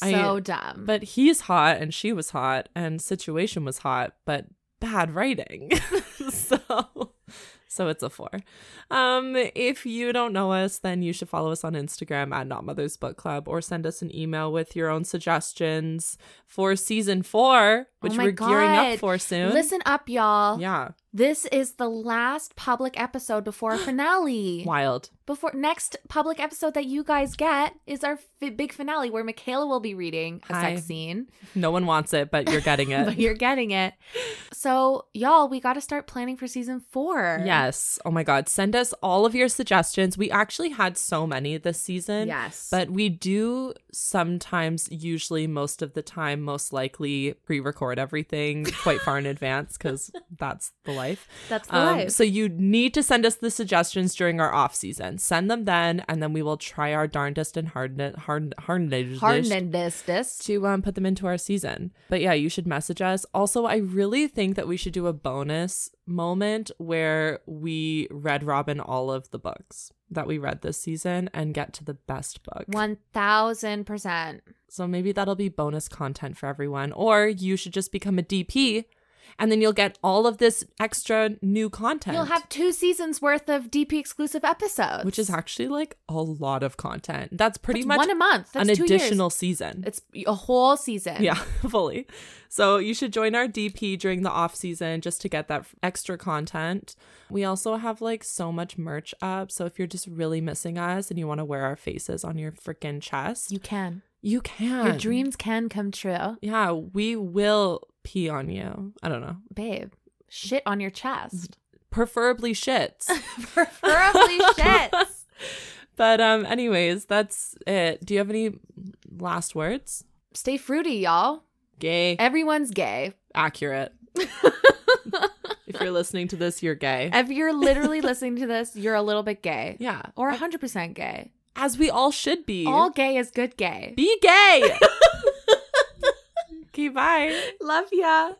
[SPEAKER 2] I-
[SPEAKER 1] So dumb.
[SPEAKER 2] But he's hot and she was hot and situation was hot, but bad writing. *laughs* so so it's a four. Um if you don't know us, then you should follow us on Instagram at Not Mother's Book Club or send us an email with your own suggestions for season four, which
[SPEAKER 1] Oh my
[SPEAKER 2] we're gearing up
[SPEAKER 1] God.
[SPEAKER 2] for soon.
[SPEAKER 1] listen up, y'all. *laughs*
[SPEAKER 2] Yeah.
[SPEAKER 1] This is the last public episode before
[SPEAKER 2] *gasps*
[SPEAKER 1] our finale.
[SPEAKER 2] Wild.
[SPEAKER 1] Before next public episode that you guys get is our fi- big finale where Michaela will be reading a
[SPEAKER 2] Hi.
[SPEAKER 1] sex scene,
[SPEAKER 2] *laughs* No one wants it, but you're getting
[SPEAKER 1] *laughs* but
[SPEAKER 2] it.
[SPEAKER 1] you're getting it. So, y'all, we got to start planning for season four.
[SPEAKER 2] yes. Oh my God. Send us all of your suggestions. We actually had so many this season.
[SPEAKER 1] Yes.
[SPEAKER 2] But we do sometimes, usually most of the time, most likely pre
[SPEAKER 1] *laughs*
[SPEAKER 2] record everything quite far in advance because that's the life.
[SPEAKER 1] that's the
[SPEAKER 2] Um,
[SPEAKER 1] life.
[SPEAKER 2] so you need to send us the suggestions during our off season. Send them then, and then we will try our darndest and harden hard hardenedest
[SPEAKER 1] Hardened this, this.
[SPEAKER 2] to um, put them into our season. But yeah, you should message us. Also, I really think that we should do a bonus moment where we red robin all of the books that we read this season and get to the best book.
[SPEAKER 1] 1000%.
[SPEAKER 2] So maybe that'll be bonus content for everyone. Or you should just become a DP and then you'll get all of this extra new content.
[SPEAKER 1] You'll have two seasons worth of DP exclusive episodes,
[SPEAKER 2] which is actually like a lot of content. That's pretty
[SPEAKER 1] That's
[SPEAKER 2] much
[SPEAKER 1] one a month. That's
[SPEAKER 2] an
[SPEAKER 1] two
[SPEAKER 2] additional season.
[SPEAKER 1] Years. It's a whole season.
[SPEAKER 2] *laughs* Yeah, fully. So you should join our DP during the off season just to get that f- extra content. We also have like so much merch up. So if you're just really missing us and you want to wear our faces on your freaking chest, you,
[SPEAKER 1] you can.
[SPEAKER 2] can.
[SPEAKER 1] Your dreams can come true,
[SPEAKER 2] Yeah, we will pee on you. I don't know.
[SPEAKER 1] babe. Shit on your
[SPEAKER 2] *laughs*
[SPEAKER 1] chest,
[SPEAKER 2] Preferably shits. *laughs*
[SPEAKER 1] preferably shit.
[SPEAKER 2] but um anyways, that's it. Do you have any last words?
[SPEAKER 1] Stay fruity, y'all.
[SPEAKER 2] Gay.
[SPEAKER 1] Everyone's gay.
[SPEAKER 2] Accurate. if you're listening to this, you're gay.
[SPEAKER 1] If you're
[SPEAKER 2] *laughs*
[SPEAKER 1] literally listening to this, you're a little bit gay,
[SPEAKER 2] Yeah.
[SPEAKER 1] or 100% gay.
[SPEAKER 2] as we all should be.
[SPEAKER 1] All gay is good gay.
[SPEAKER 2] be gay. okay, bye.
[SPEAKER 1] Love ya.